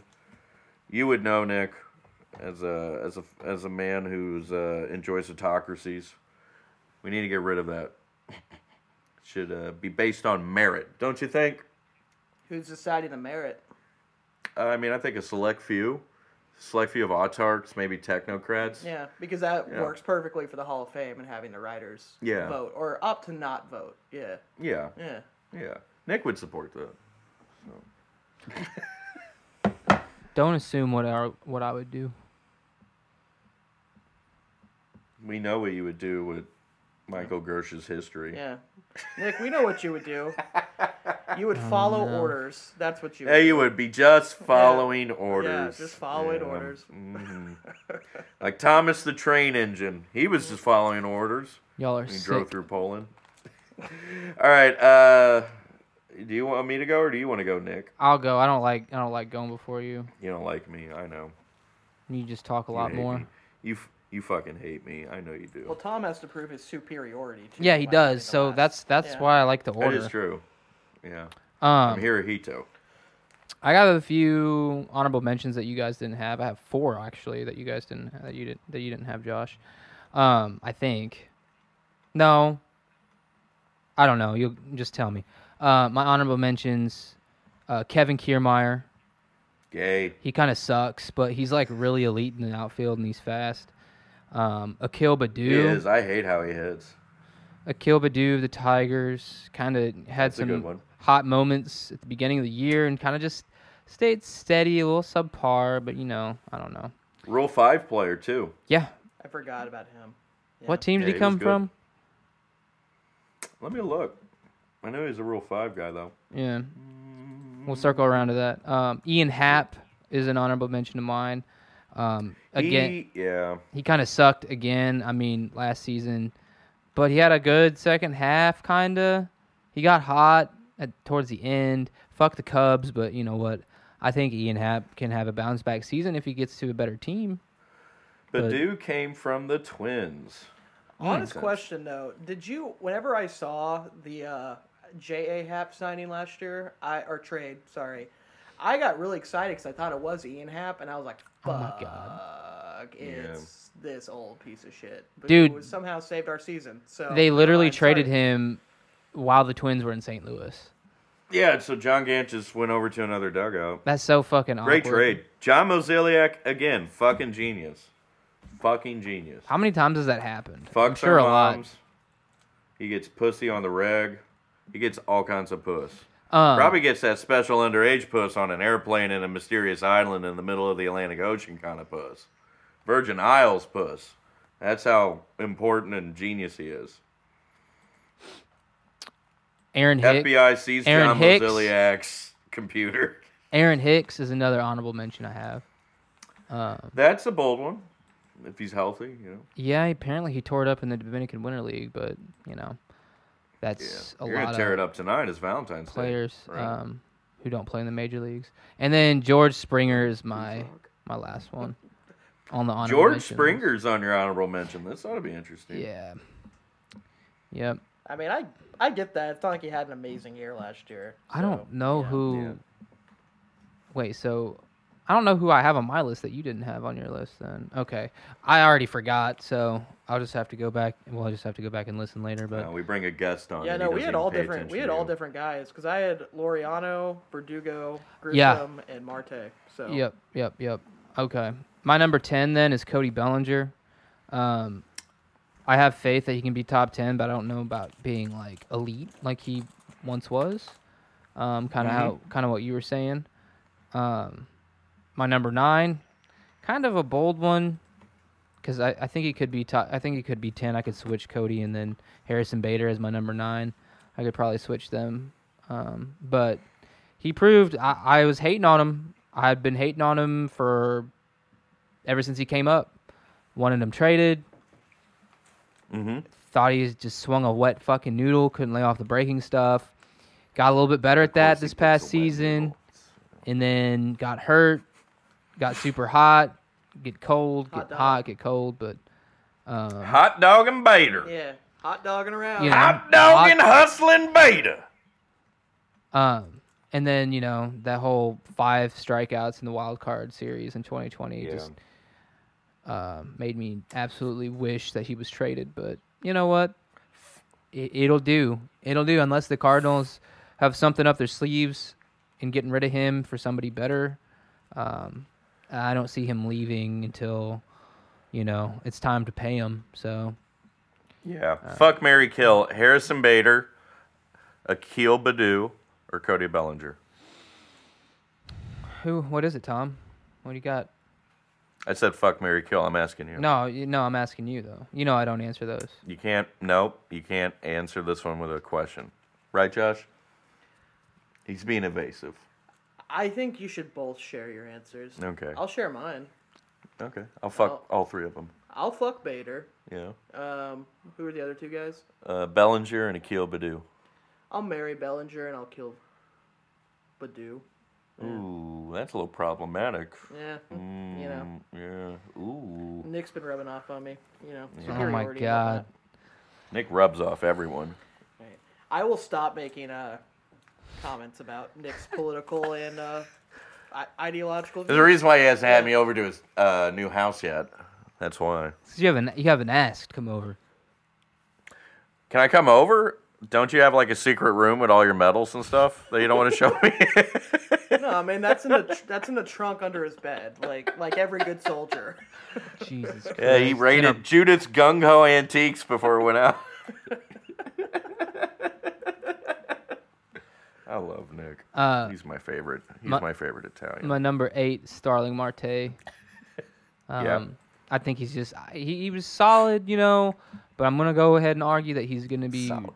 you would know nick as a as a as a man who's uh, enjoys autocracies we need to get rid of that should uh, be based on merit, don't you think?
Who's deciding the merit?
I mean, I think a select few, select few of autarchs, maybe technocrats.
Yeah, because that
Yeah.
works perfectly for the Hall of Fame and having the writers
Yeah.
vote or up to not vote. Yeah,
Yeah,
yeah.
yeah. Nick would support that.
Don't assume what I, what I would do.
We know what you would do with Michael Gersh's history.
Yeah. Nick, we know what you
(laughs)
would do. You would
Oh,
follow orders. That's what you would
Hey, you would be just following orders.
Yeah, just following
Yeah. Mm-hmm.
orders. (laughs)
Like Thomas the train engine. He was just following orders.
Y'all are
He
sick.
drove through Poland. (laughs) All right. Uh, do you want me to go or do you want to go, Nick?
I'll go. I don't like I don't like going before you.
You don't like me. I know.
You just talk a lot
you hate
more.
me. You f- you fucking hate me. I know you
Well,
do.
Tom has to prove his superiority. To
Yeah, he
Mike
does.
Nicholas.
So that's that's
Yeah.
why I like the order.
That is true. Yeah. I'm
Um,
Hirohito.
I got a few honorable mentions that you guys didn't have. I have four actually that you guys didn't that you didn't that you didn't have, Josh. Um, I think. No. I don't know. You'll just tell me. Uh, my honorable mentions: uh, Kevin Kiermeyer.
Gay.
He kind of sucks, but he's like really elite in the outfield and he's fast. Um, Akil Badu.
He is. I hate how he hits.
Akil Badu of the Tigers kind of had
a good
some
one.
hot moments at the beginning of the year and kind of just stayed steady, a little subpar, but you know, I don't know.
Rule five player too.
Yeah.
I forgot about him.
What team
Yeah,
did
he
he
was
come
good.
from?
Let me look. I know he's a Rule five guy though.
Yeah. We'll circle around to that. Um, Ian Happ is an honorable mention of mine. Um, again, he,
He- yeah.
kind of sucked again. I mean, last season, but he had a good second half, kind of. He got hot at, towards the end. Fuck the Cubs, but you know what? I think Ian Happ can have a bounce back season if he gets to a better team. But-
Badu came from the Twins.
Oh,
Honest
sense.
question though, did you? Whenever I saw the uh, J.A. Happ signing last year, I or trade, sorry, I got really excited because I thought it was Ian Happ, and I was like, "Fuck,
Oh, my God.
it's this old piece of shit." But
Dude.
it was somehow saved our season. So
They literally
I'm sorry.
traded him while the Twins were in St. Louis.
Yeah, so John Gant just went over to another dugout.
That's so fucking
Great
awkward.
trade. John Mozeliak again, fucking genius. Fucking genius.
How many times has that happened? I'm
Fucks
sure
our
a lot.
moms. He gets pussy on the reg. He gets all kinds of puss.
Um,
Probably gets that special underage puss on an airplane in a mysterious island in the middle of the Atlantic Ocean kind of puss. Virgin Isles puss. That's how important and genius he is.
Aaron Hicks.
FBI sees
Aaron
John
Hicks.
Mozeliak's computer.
Aaron Hicks is another honorable mention I have.
That's a bold one. If he's healthy, you know.
Yeah, apparently he tore it up in the Dominican Winter League, but you know, that's a
You're gonna
lot
tear
of
it up tonight. It's Valentine's
players
Day. Right.
um, who don't play in the major leagues. And then George Springer is my my last one on the honorable
George
mention.
Springer's on your honorable mention. This ought to be interesting.
Yeah. Yep.
I mean, I I get that. It's not like he had an amazing year last year.
I don't
so,
know
yeah.
who.
Yeah.
Wait, so I don't know who I have on my list that you didn't have on your list. Then okay, I already forgot, so I'll just have to go back. Well, I'll just have to go back and listen later. But
Uh, we bring a guest on.
Yeah,
and he
no, we
doesn't
had
even
all
pay
different. We
attention
had
to
all
you.
different guys because I had Loriano, Verdugo, Grissom,
Yeah.
and Marte. So
Yep, yep, yep. Okay. My number 10 then is Cody Bellinger. Um, I have faith that he can be top 10, but I don't know about being like elite like he once was. Um, kind of how kind of what you were saying. Um, my number 9, kind of a bold one cuz I, I think he could be top I think he could be 10. I could switch Cody and then Harrison Bader as my number 9. I could probably switch them. Um, but he proved I, I was hating on him. I've been hating on him for ever since he came up. Wanted him traded.
Mm-hmm.
Thought he just swung a wet fucking noodle. Couldn't lay off the breaking stuff. Got a little bit better at that
course
this
he puts
past
a wet
season,
noodle.
and then got hurt. Got super hot. Get cold.
Hot
Get
dog.
hot. Get cold. But
Hot dog and Bader.
yeah, hot dogging around.
You know,
Hot dog
Hot-
and hustling Bader.
Um, and then you know that whole five strikeouts in the wild card series in 2020 just um, made me absolutely wish that he was traded. But you know what? it, it'll do. It'll do unless the Cardinals have something up their sleeves in getting rid of him for somebody better. Um, I don't see him leaving until you know it's time to pay him. So
Yeah. Fuck Mary Kill. Harrison Bader, Akil Badu, or Cody Bellinger.
who? What is it, Tom? What do you got?
I said fuck Mary Kill. I'm asking you.
No, you- no, I'm asking you though. You know I don't answer those.
You can't. Nope. You can't answer this one with a question. Right, Josh? He's being evasive.
I think you should both share your answers.
Okay.
I'll share mine.
Okay. I'll fuck all three of them.
I'll fuck Bader.
Yeah.
Um, who are the other two guys?
Uh, Bellinger and Akil Badu.
I'll marry Bellinger and I'll kill Badu.
Ooh, that's a little problematic. Mm,
Yeah, you know,
Yeah. Ooh.
Nick's been rubbing off on me. You know,
Oh my
superiority and
god.
whatnot.
Nick rubs off everyone.
Right. I will stop making uh, comments about Nick's political and uh, I- ideological.
There's a reason why he hasn't had me over to his uh, new house yet. That's why.
'Cause You haven't you haven't asked. Come over.
Can I come over? Don't you have like a secret room with all your medals and stuff that you don't want to show (laughs) me?
No, I mean that's in the tr- that's in the trunk under his bed, like like every good soldier. (laughs)
Jesus. Christ.
yeah, he raided Judith's Gung Ho Antiques before it went out. (laughs) I love Nick.
Uh,
He's my favorite. He's
my-
my, favorite Italian.
My number eight, Starling Marte. Um,
Yeah.
I think he's just I- he, he was solid, you know, but I'm gonna go ahead and argue that he's gonna be
Solid.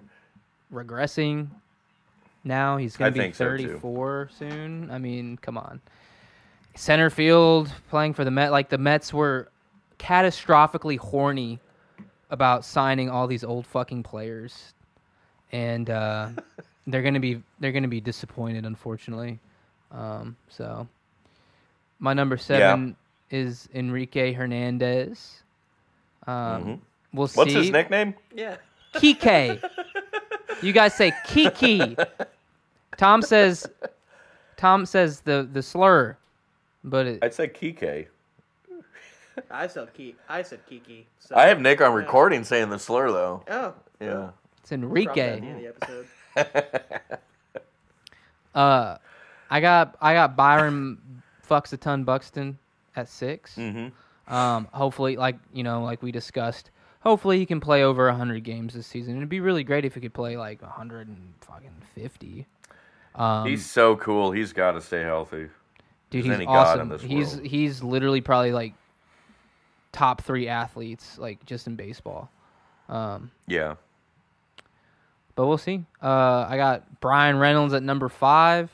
regressing. Now he's gonna
I
be
think so, too.
34 soon. I mean, come on. Center field playing for the Met, like the Mets were catastrophically horny about signing all these old fucking players, and
(laughs)
uh, they're gonna be they're gonna be disappointed, unfortunately. Um, so my number seven is Enrique Hernandez. Um, We'll see.
Mm-hmm. What's his nickname?
Yeah,
Kike. you guys say Kiki. Tom says. Tom says the the slur, but it,
I'd say Kike.
I said Ki- I said Kiki. So.
I have Nick on recording saying the slur though.
oh
Yeah.
it's
dropped that at the
Enrique.
end of the episode.
Uh, I got I got Byron fucks a ton Buxton at 6
Mm-hmm.
Um, hopefully, like you know, like we discussed, hopefully he can play over hundred games this season. It'd be really great if he could play like hundred and fucking fifty.
He's so cool. He's got to stay healthy.
Dude,
There's
he's
any god in
awesome.
this
he's
world.
he's literally probably like top three athletes, like just in baseball.
Yeah.
But we'll see. Uh, I got Brian Reynolds at number five.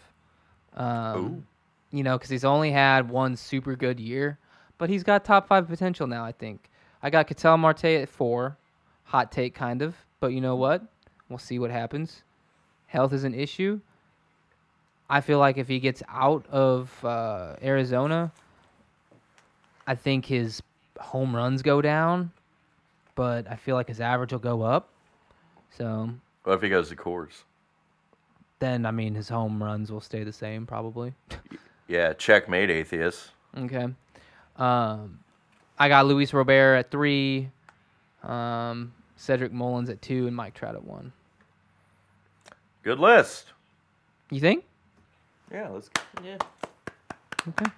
Um, you know, because he's only had one super good year, but he's got top five potential now. I think. I got Cattell Marte at four. Hot take, kind of, but you know what? We'll see what happens. Health is an issue. I feel like if he gets out of uh, Arizona, I think his home runs go down, but I feel like his average will go up. So
What if he goes to course?
then I mean his home runs will stay the same probably.
Yeah, checkmate, atheist.
okay. Um, I got Luis Robert at three, um, Cedric Mullins at two, and Mike Trout at one.
Good list.
You think?
Yeah, let's.
Yeah,
Okay.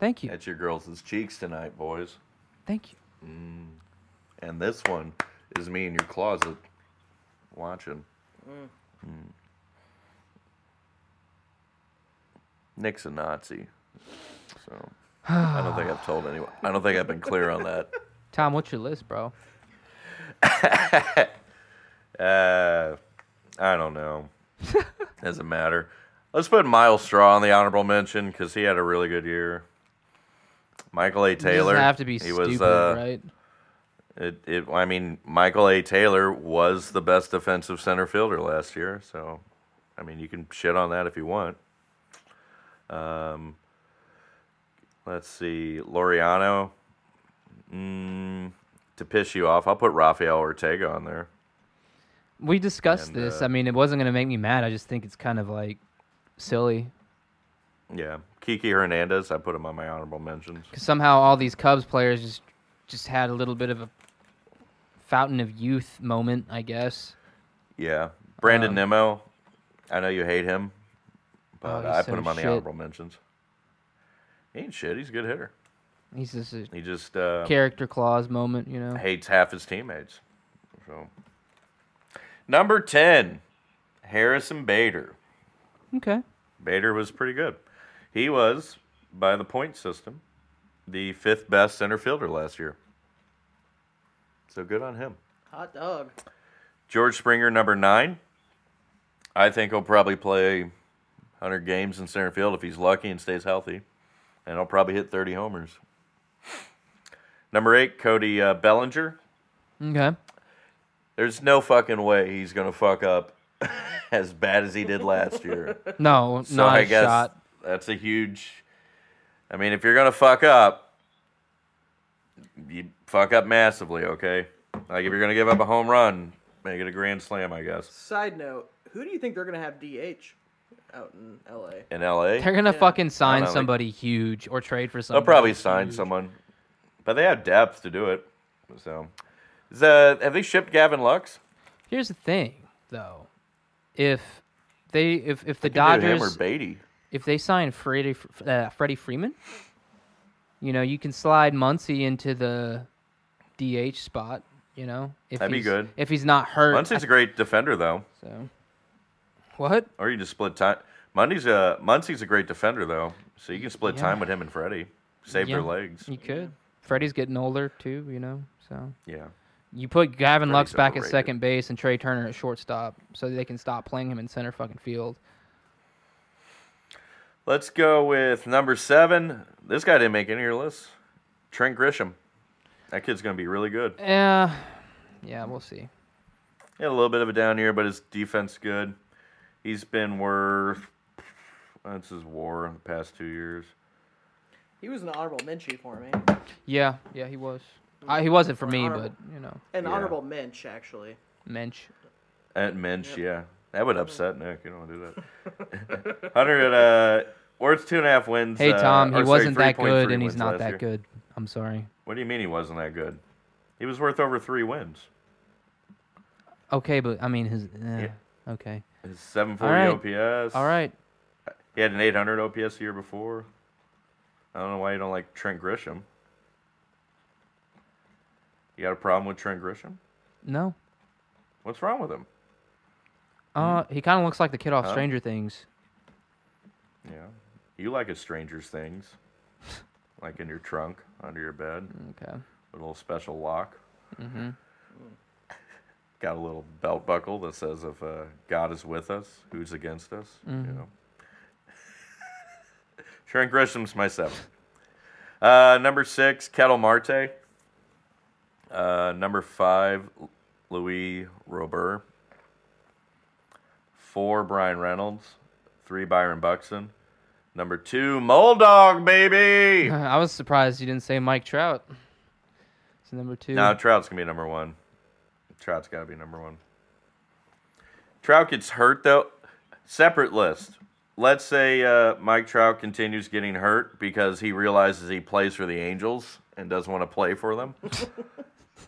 Thank you.
That's your girls' cheeks tonight, boys.
Thank you.
And this one is me in your closet watching. Mm. Nick's a Nazi, so I don't think I've told anyone. I don't think I've been clear on that.
Tom, what's your list, bro?
Uh, I don't know. (laughs) Doesn't matter. Let's put Miles Straw on the honorable mention because he had a really good year. Michael A.
It doesn't
Taylor.
have to be stupid,
uh,
right?
It, it, I mean, Michael A. Taylor was the best defensive center fielder last year, so I mean, you can shit on that if you want. Um, let's see, Loriano. Mm, to piss you off, I'll put Rafael Ortega on there.
We discussed
and,
this.
uh,
I mean, it wasn't gonna make me mad. I just think it's kind of like silly.
Yeah, Kiki Hernandez. I put him on my honorable mentions.
Cause somehow all these Cubs players just just had a little bit of a fountain of youth moment, I guess. Um,
Yeah. Brandon Nimmo. I know you hate him, but
Oh, he's
I
so
put him on
shit.
the honorable mentions. He ain't shit. He's a good hitter.
He's just a
He just uh,
character clause moment, you know.
hates half his teammates. So number ten, Harrison Bader.
Okay.
Bader was pretty good. He was, by the point system, the fifth best center fielder last year. So good on him.
Hot dog.
George Springer, number nine. I think he'll probably play 100 games in center field if he's lucky and stays healthy. And he'll probably hit 30 homers. Number eight, Cody uh, Bellinger.
Okay.
There's no fucking way he's going to fuck up (laughs) as bad as he did last year.
No,
(laughs) So
not
I
a
guess
shot.
that's a huge. I mean, if you're gonna fuck up, you fuck up massively. Okay, like if you're gonna give up a home run, make it a grand slam. I guess
Side note, who do you think they're going to have DH out in LA?
in L.A.,
They're gonna fucking sign
know, like-
somebody huge or trade for somebody.
they'll probably sign someone, but they have depth to do it. So, is, uh, have they shipped Gavin Lux?
Here's the thing, though. If they if if the
Either him or
Dodgers
Beatty.
if they sign Freddie F- uh, Freddie Freeman, you know, you can slide Muncie into the DH spot, you know. If
That'd be
he's-
good.
If he's not hurt.
Muncie's a great defender, though.
so. What?
Or you just split time. Mundy's a Muncie's a great defender, though. So you can split time with him and Freddie. Save
Yeah.
their legs.
You could. Freddie's getting older too, you know. So
Yeah.
you put Gavin Lux
Freddie's
back at
overrated.
second base and Trey Turner at shortstop, so they can stop playing him in center fucking field.
Let's go with number seven. This guy didn't make any of your lists. Trent Grisham. That kid's going to be really good.
Yeah, yeah, we'll see.
He had a little bit of a down year, but his defense good. He's been worth. That's his war the past two years.
He was an honorable mention for me.
Yeah, yeah, he was. Uh, he wasn't for me, but
honorable.
you know,
An
Yeah.
honorable mensch, actually.
Mensch.
At Minch, yeah. That would upset Nick. You don't want to do that. (laughs) Hunter at uh, worth two and a half wins.
Hey
uh,
Tom, he
or sorry,
wasn't that
3.3
good, and he's
wins
not
last
that
year.
good. I'm sorry.
What do you mean he wasn't that good? He was worth over three wins.
Okay, but I mean his. eh, Okay.
His 740 OPS.
All right.
He had an 800 OPS the year before. I don't know why you don't like Trent Grisham. You got a problem with Trent Grisham?
No.
What's wrong with him?
Uh, he kind of looks like the kid off
Mm-hmm. Huh?
Stranger Things.
Yeah. You like a stranger's things, like in your trunk, under your bed,
Okay.
with a little special lock. Mm-hmm. (laughs) Got a little belt buckle that says, "If uh, God is with us, who's against us?" You know. (laughs) Trent Grisham's my seven. Uh, number six, Kettle Marte. Uh, number five, Louis Robert. Four, Brian Reynolds. Three, Byron Buxton. Number two, Moldog, baby.
I was surprised you didn't say Mike Trout. It's number two.
No, Trout's gonna be number one. Trout's gotta be number one. Trout gets hurt though. Separate list. Let's say uh, Mike Trout continues getting hurt because he realizes he plays for the Angels and doesn't want to play for them.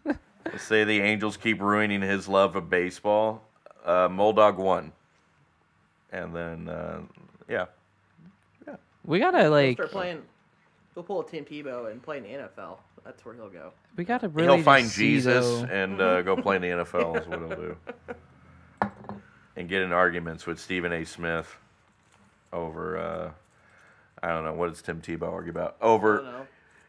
Let's say the Angels keep ruining his love of baseball. Uh, Moldog won, and then uh, yeah,
we gotta like.
Start playing. He'll pull a Tim Tebow and play in the NFL. That's where he'll go.
We gotta really.
he'll
just
find
see,
Jesus
though-
and uh, go play in the NFL is what he'll do, and get in arguments with Stephen A. Smith over uh, I don't know what does Tim Tebow argue about
I
over.
don't know.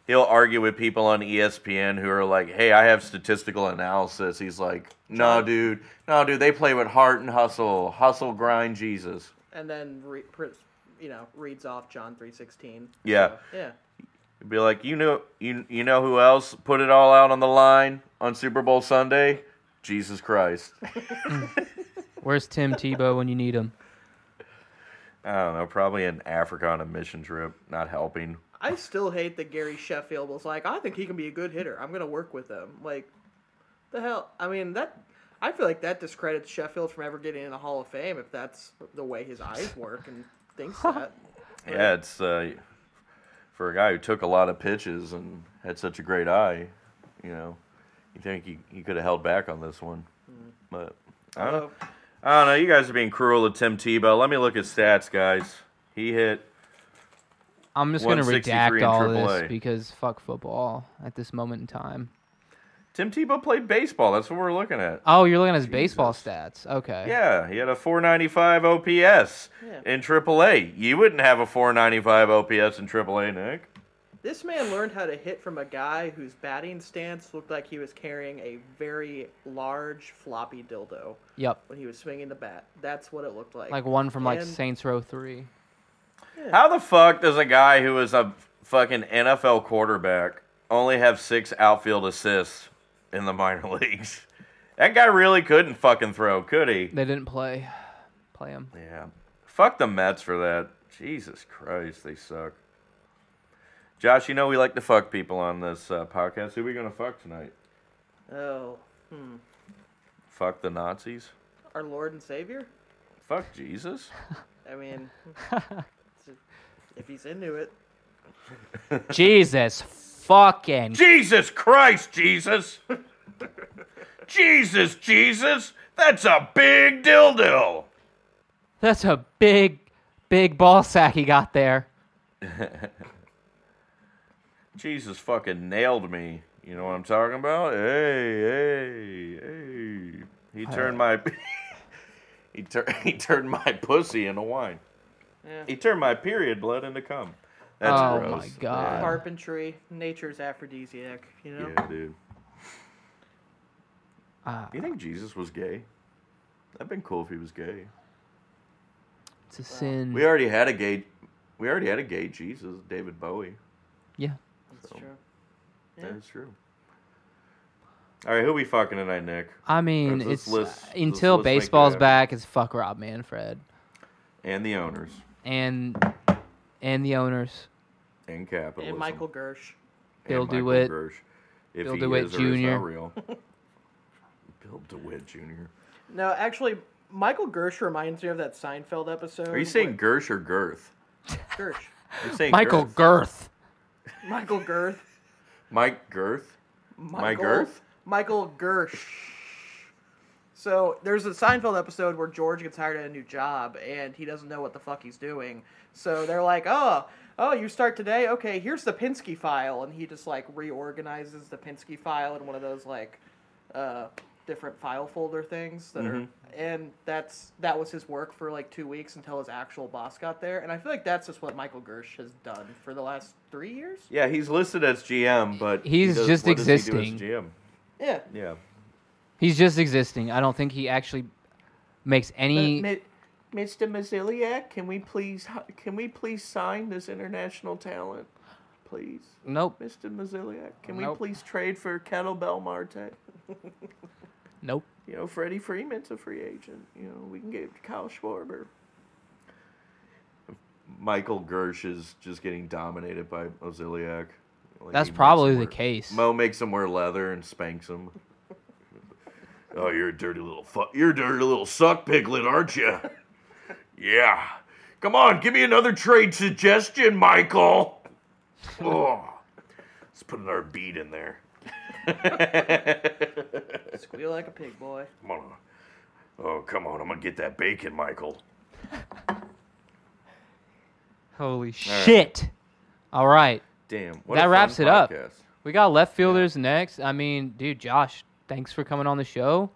He'll argue with people on E ESPN who are like, "Hey, I have statistical analysis." He's like, "No, dude, no, dude. They play with heart and hustle, hustle, grind, Jesus."
And then, re, pr- you know, reads off John three sixteen.
Yeah.
Yeah.
Be like, you know, you you know who else put it all out on the line on Super Bowl Sunday? Jesus Christ.
Where's Tim Tebow when you need him?
I don't know, probably in Africa on a mission trip, not helping.
I still hate that Gary Sheffield was like, I think he can be a good hitter. I'm gonna work with him. Like, the hell? I mean, that. I feel like that discredits Sheffield from ever getting in the Hall of Fame if that's the way his eyes work and thinks that.
Yeah, it's uh, for a guy who took a lot of pitches and had such a great eye, you know, You think he, he could have held back on this one, but I don't,
Although,
I don't know. You guys are being cruel to Tim Tebow. Let me look at stats, guys. He hit
I'm just gonna
163
redact
in
all
AAA.
this because fuck football at this moment in time.
Tim Tebow played baseball. That's what we're looking at.
Oh, you're looking at his baseball stats. Okay.
Yeah, he had a 495 OPS
Yeah.
in AAA. You wouldn't have a 495 OPS in AAA, Nick.
this man learned how to hit from a guy whose batting stance looked like he was carrying a very large floppy dildo
Yep.
when he was swinging the bat. That's what it looked like.
Like one from like
And-
Saints Row Three.
How the fuck does a guy who is a fucking NFL quarterback only have six outfield assists in the minor (laughs) leagues? That guy really couldn't fucking throw, could he?
They didn't play play him.
Yeah. Fuck the Mets for that. Jesus Christ, they suck. Josh, you know we like to fuck people on this uh, podcast. Who are we going to fuck tonight?
Oh,
Fuck the Nazis?
our Lord and Savior?
Fuck Jesus?
I (laughs) mean, if he's into it.
(laughs) Jesus fucking
Jesus Christ, Jesus! (laughs) Jesus, Jesus! That's a big dildo!
That's a big big ball sack he got there.
Jesus fucking nailed me. You know what I'm talking about? Hey, hey, hey. He turned my (laughs) he, tur- he turned my (laughs) pussy into wine.
Yeah.
He turned my period blood into cum. That's
Oh
gross.
my God.
Carpentry, nature's aphrodisiac, you
Uh, Yeah,
know?
yeah dude.
Uh,
You think Jesus was gay? That'd been cool if he was gay.
Mm. it's a sin.
We already had a gay we already had a gay Jesus, David Bowie.
yeah.
That's true. Yeah.
That's true. All right, who we fucking tonight, Nick?
I mean,
Let's-
it's
let's- let's-
until
let's make it
baseball's
happen.
back, it's fuck Rob Manfred
And the owners
and and the owners.
and capitalism.
And Michael Gersh.
Bill
and Michael
DeWitt.
Gersh, if
Bill
he
DeWitt
is or is not
Jr.. (laughs)
real. Bill DeWitt Jr.
No, actually, Michael Gersh reminds me of that Seinfeld episode.
Are you saying Gersh or Girth?
where- Gersh?
You're saying
Michael Girth.
Girth.
Michael Girth.
Mike Girth. My
Michael-
Girth?
Michael Gersh. So there's a Seinfeld episode where George gets hired at a new job and he doesn't know what the fuck he's doing. So they're like, "Oh, oh, you start today? Okay, here's the Pinsky file," and he just like reorganizes the Pinsky file in one of those like uh, different file folder things that are. And that's that was his work for like two weeks until his actual boss got there. And I feel like that's just what Michael Gersh has done for the last three years.
Yeah, he's listed as GM, but he
He's
does-
just
what does he do as
existing.
GM?
Yeah.
Yeah.
He's just existing. I don't think he actually makes any.
Mr. Maziliak, can we please can we please sign this international talent, please?
nope.
Mr. Maziliak, can
we Nope.
please trade for Kettlebell Marte?
Nope.
You know, Freddie Freeman's a free agent. You know, we can get Kyle Schwarber. Michael Gersh is just getting dominated by Oziliak. Like,
That's
he makes
probably
him
the
wear-
case.
Mo makes him wear leather and spanks him. oh, you're a dirty little fuck. You're a dirty little suck piglet, aren't you? yeah. Come on, give me another trade suggestion, Michael. Oh, let's put another beat in there.
Squeal like a pig, boy.
Come on. Oh, come on. I'm going to get that bacon, Michael.
Holy shit. All right.
Damn.
That wraps it up. We got left fielders next. I mean, dude, Josh, thanks for coming on the show.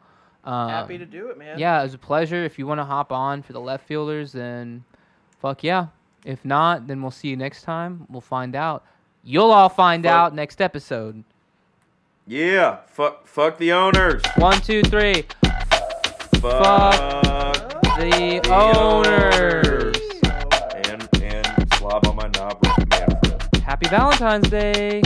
Um,
Happy to do it, man.
Yeah, it was a pleasure. If you want to hop on for the left fielders, then fuck yeah. If not, then we'll see you next time. We'll find out. You'll all find
Fuck.
out next episode.
Yeah. Fuck, fuck the owners.
One, two, three.
Fuck.
The
The
owners.
And, and slob on my knob with Manfred.
Happy Valentine's Day.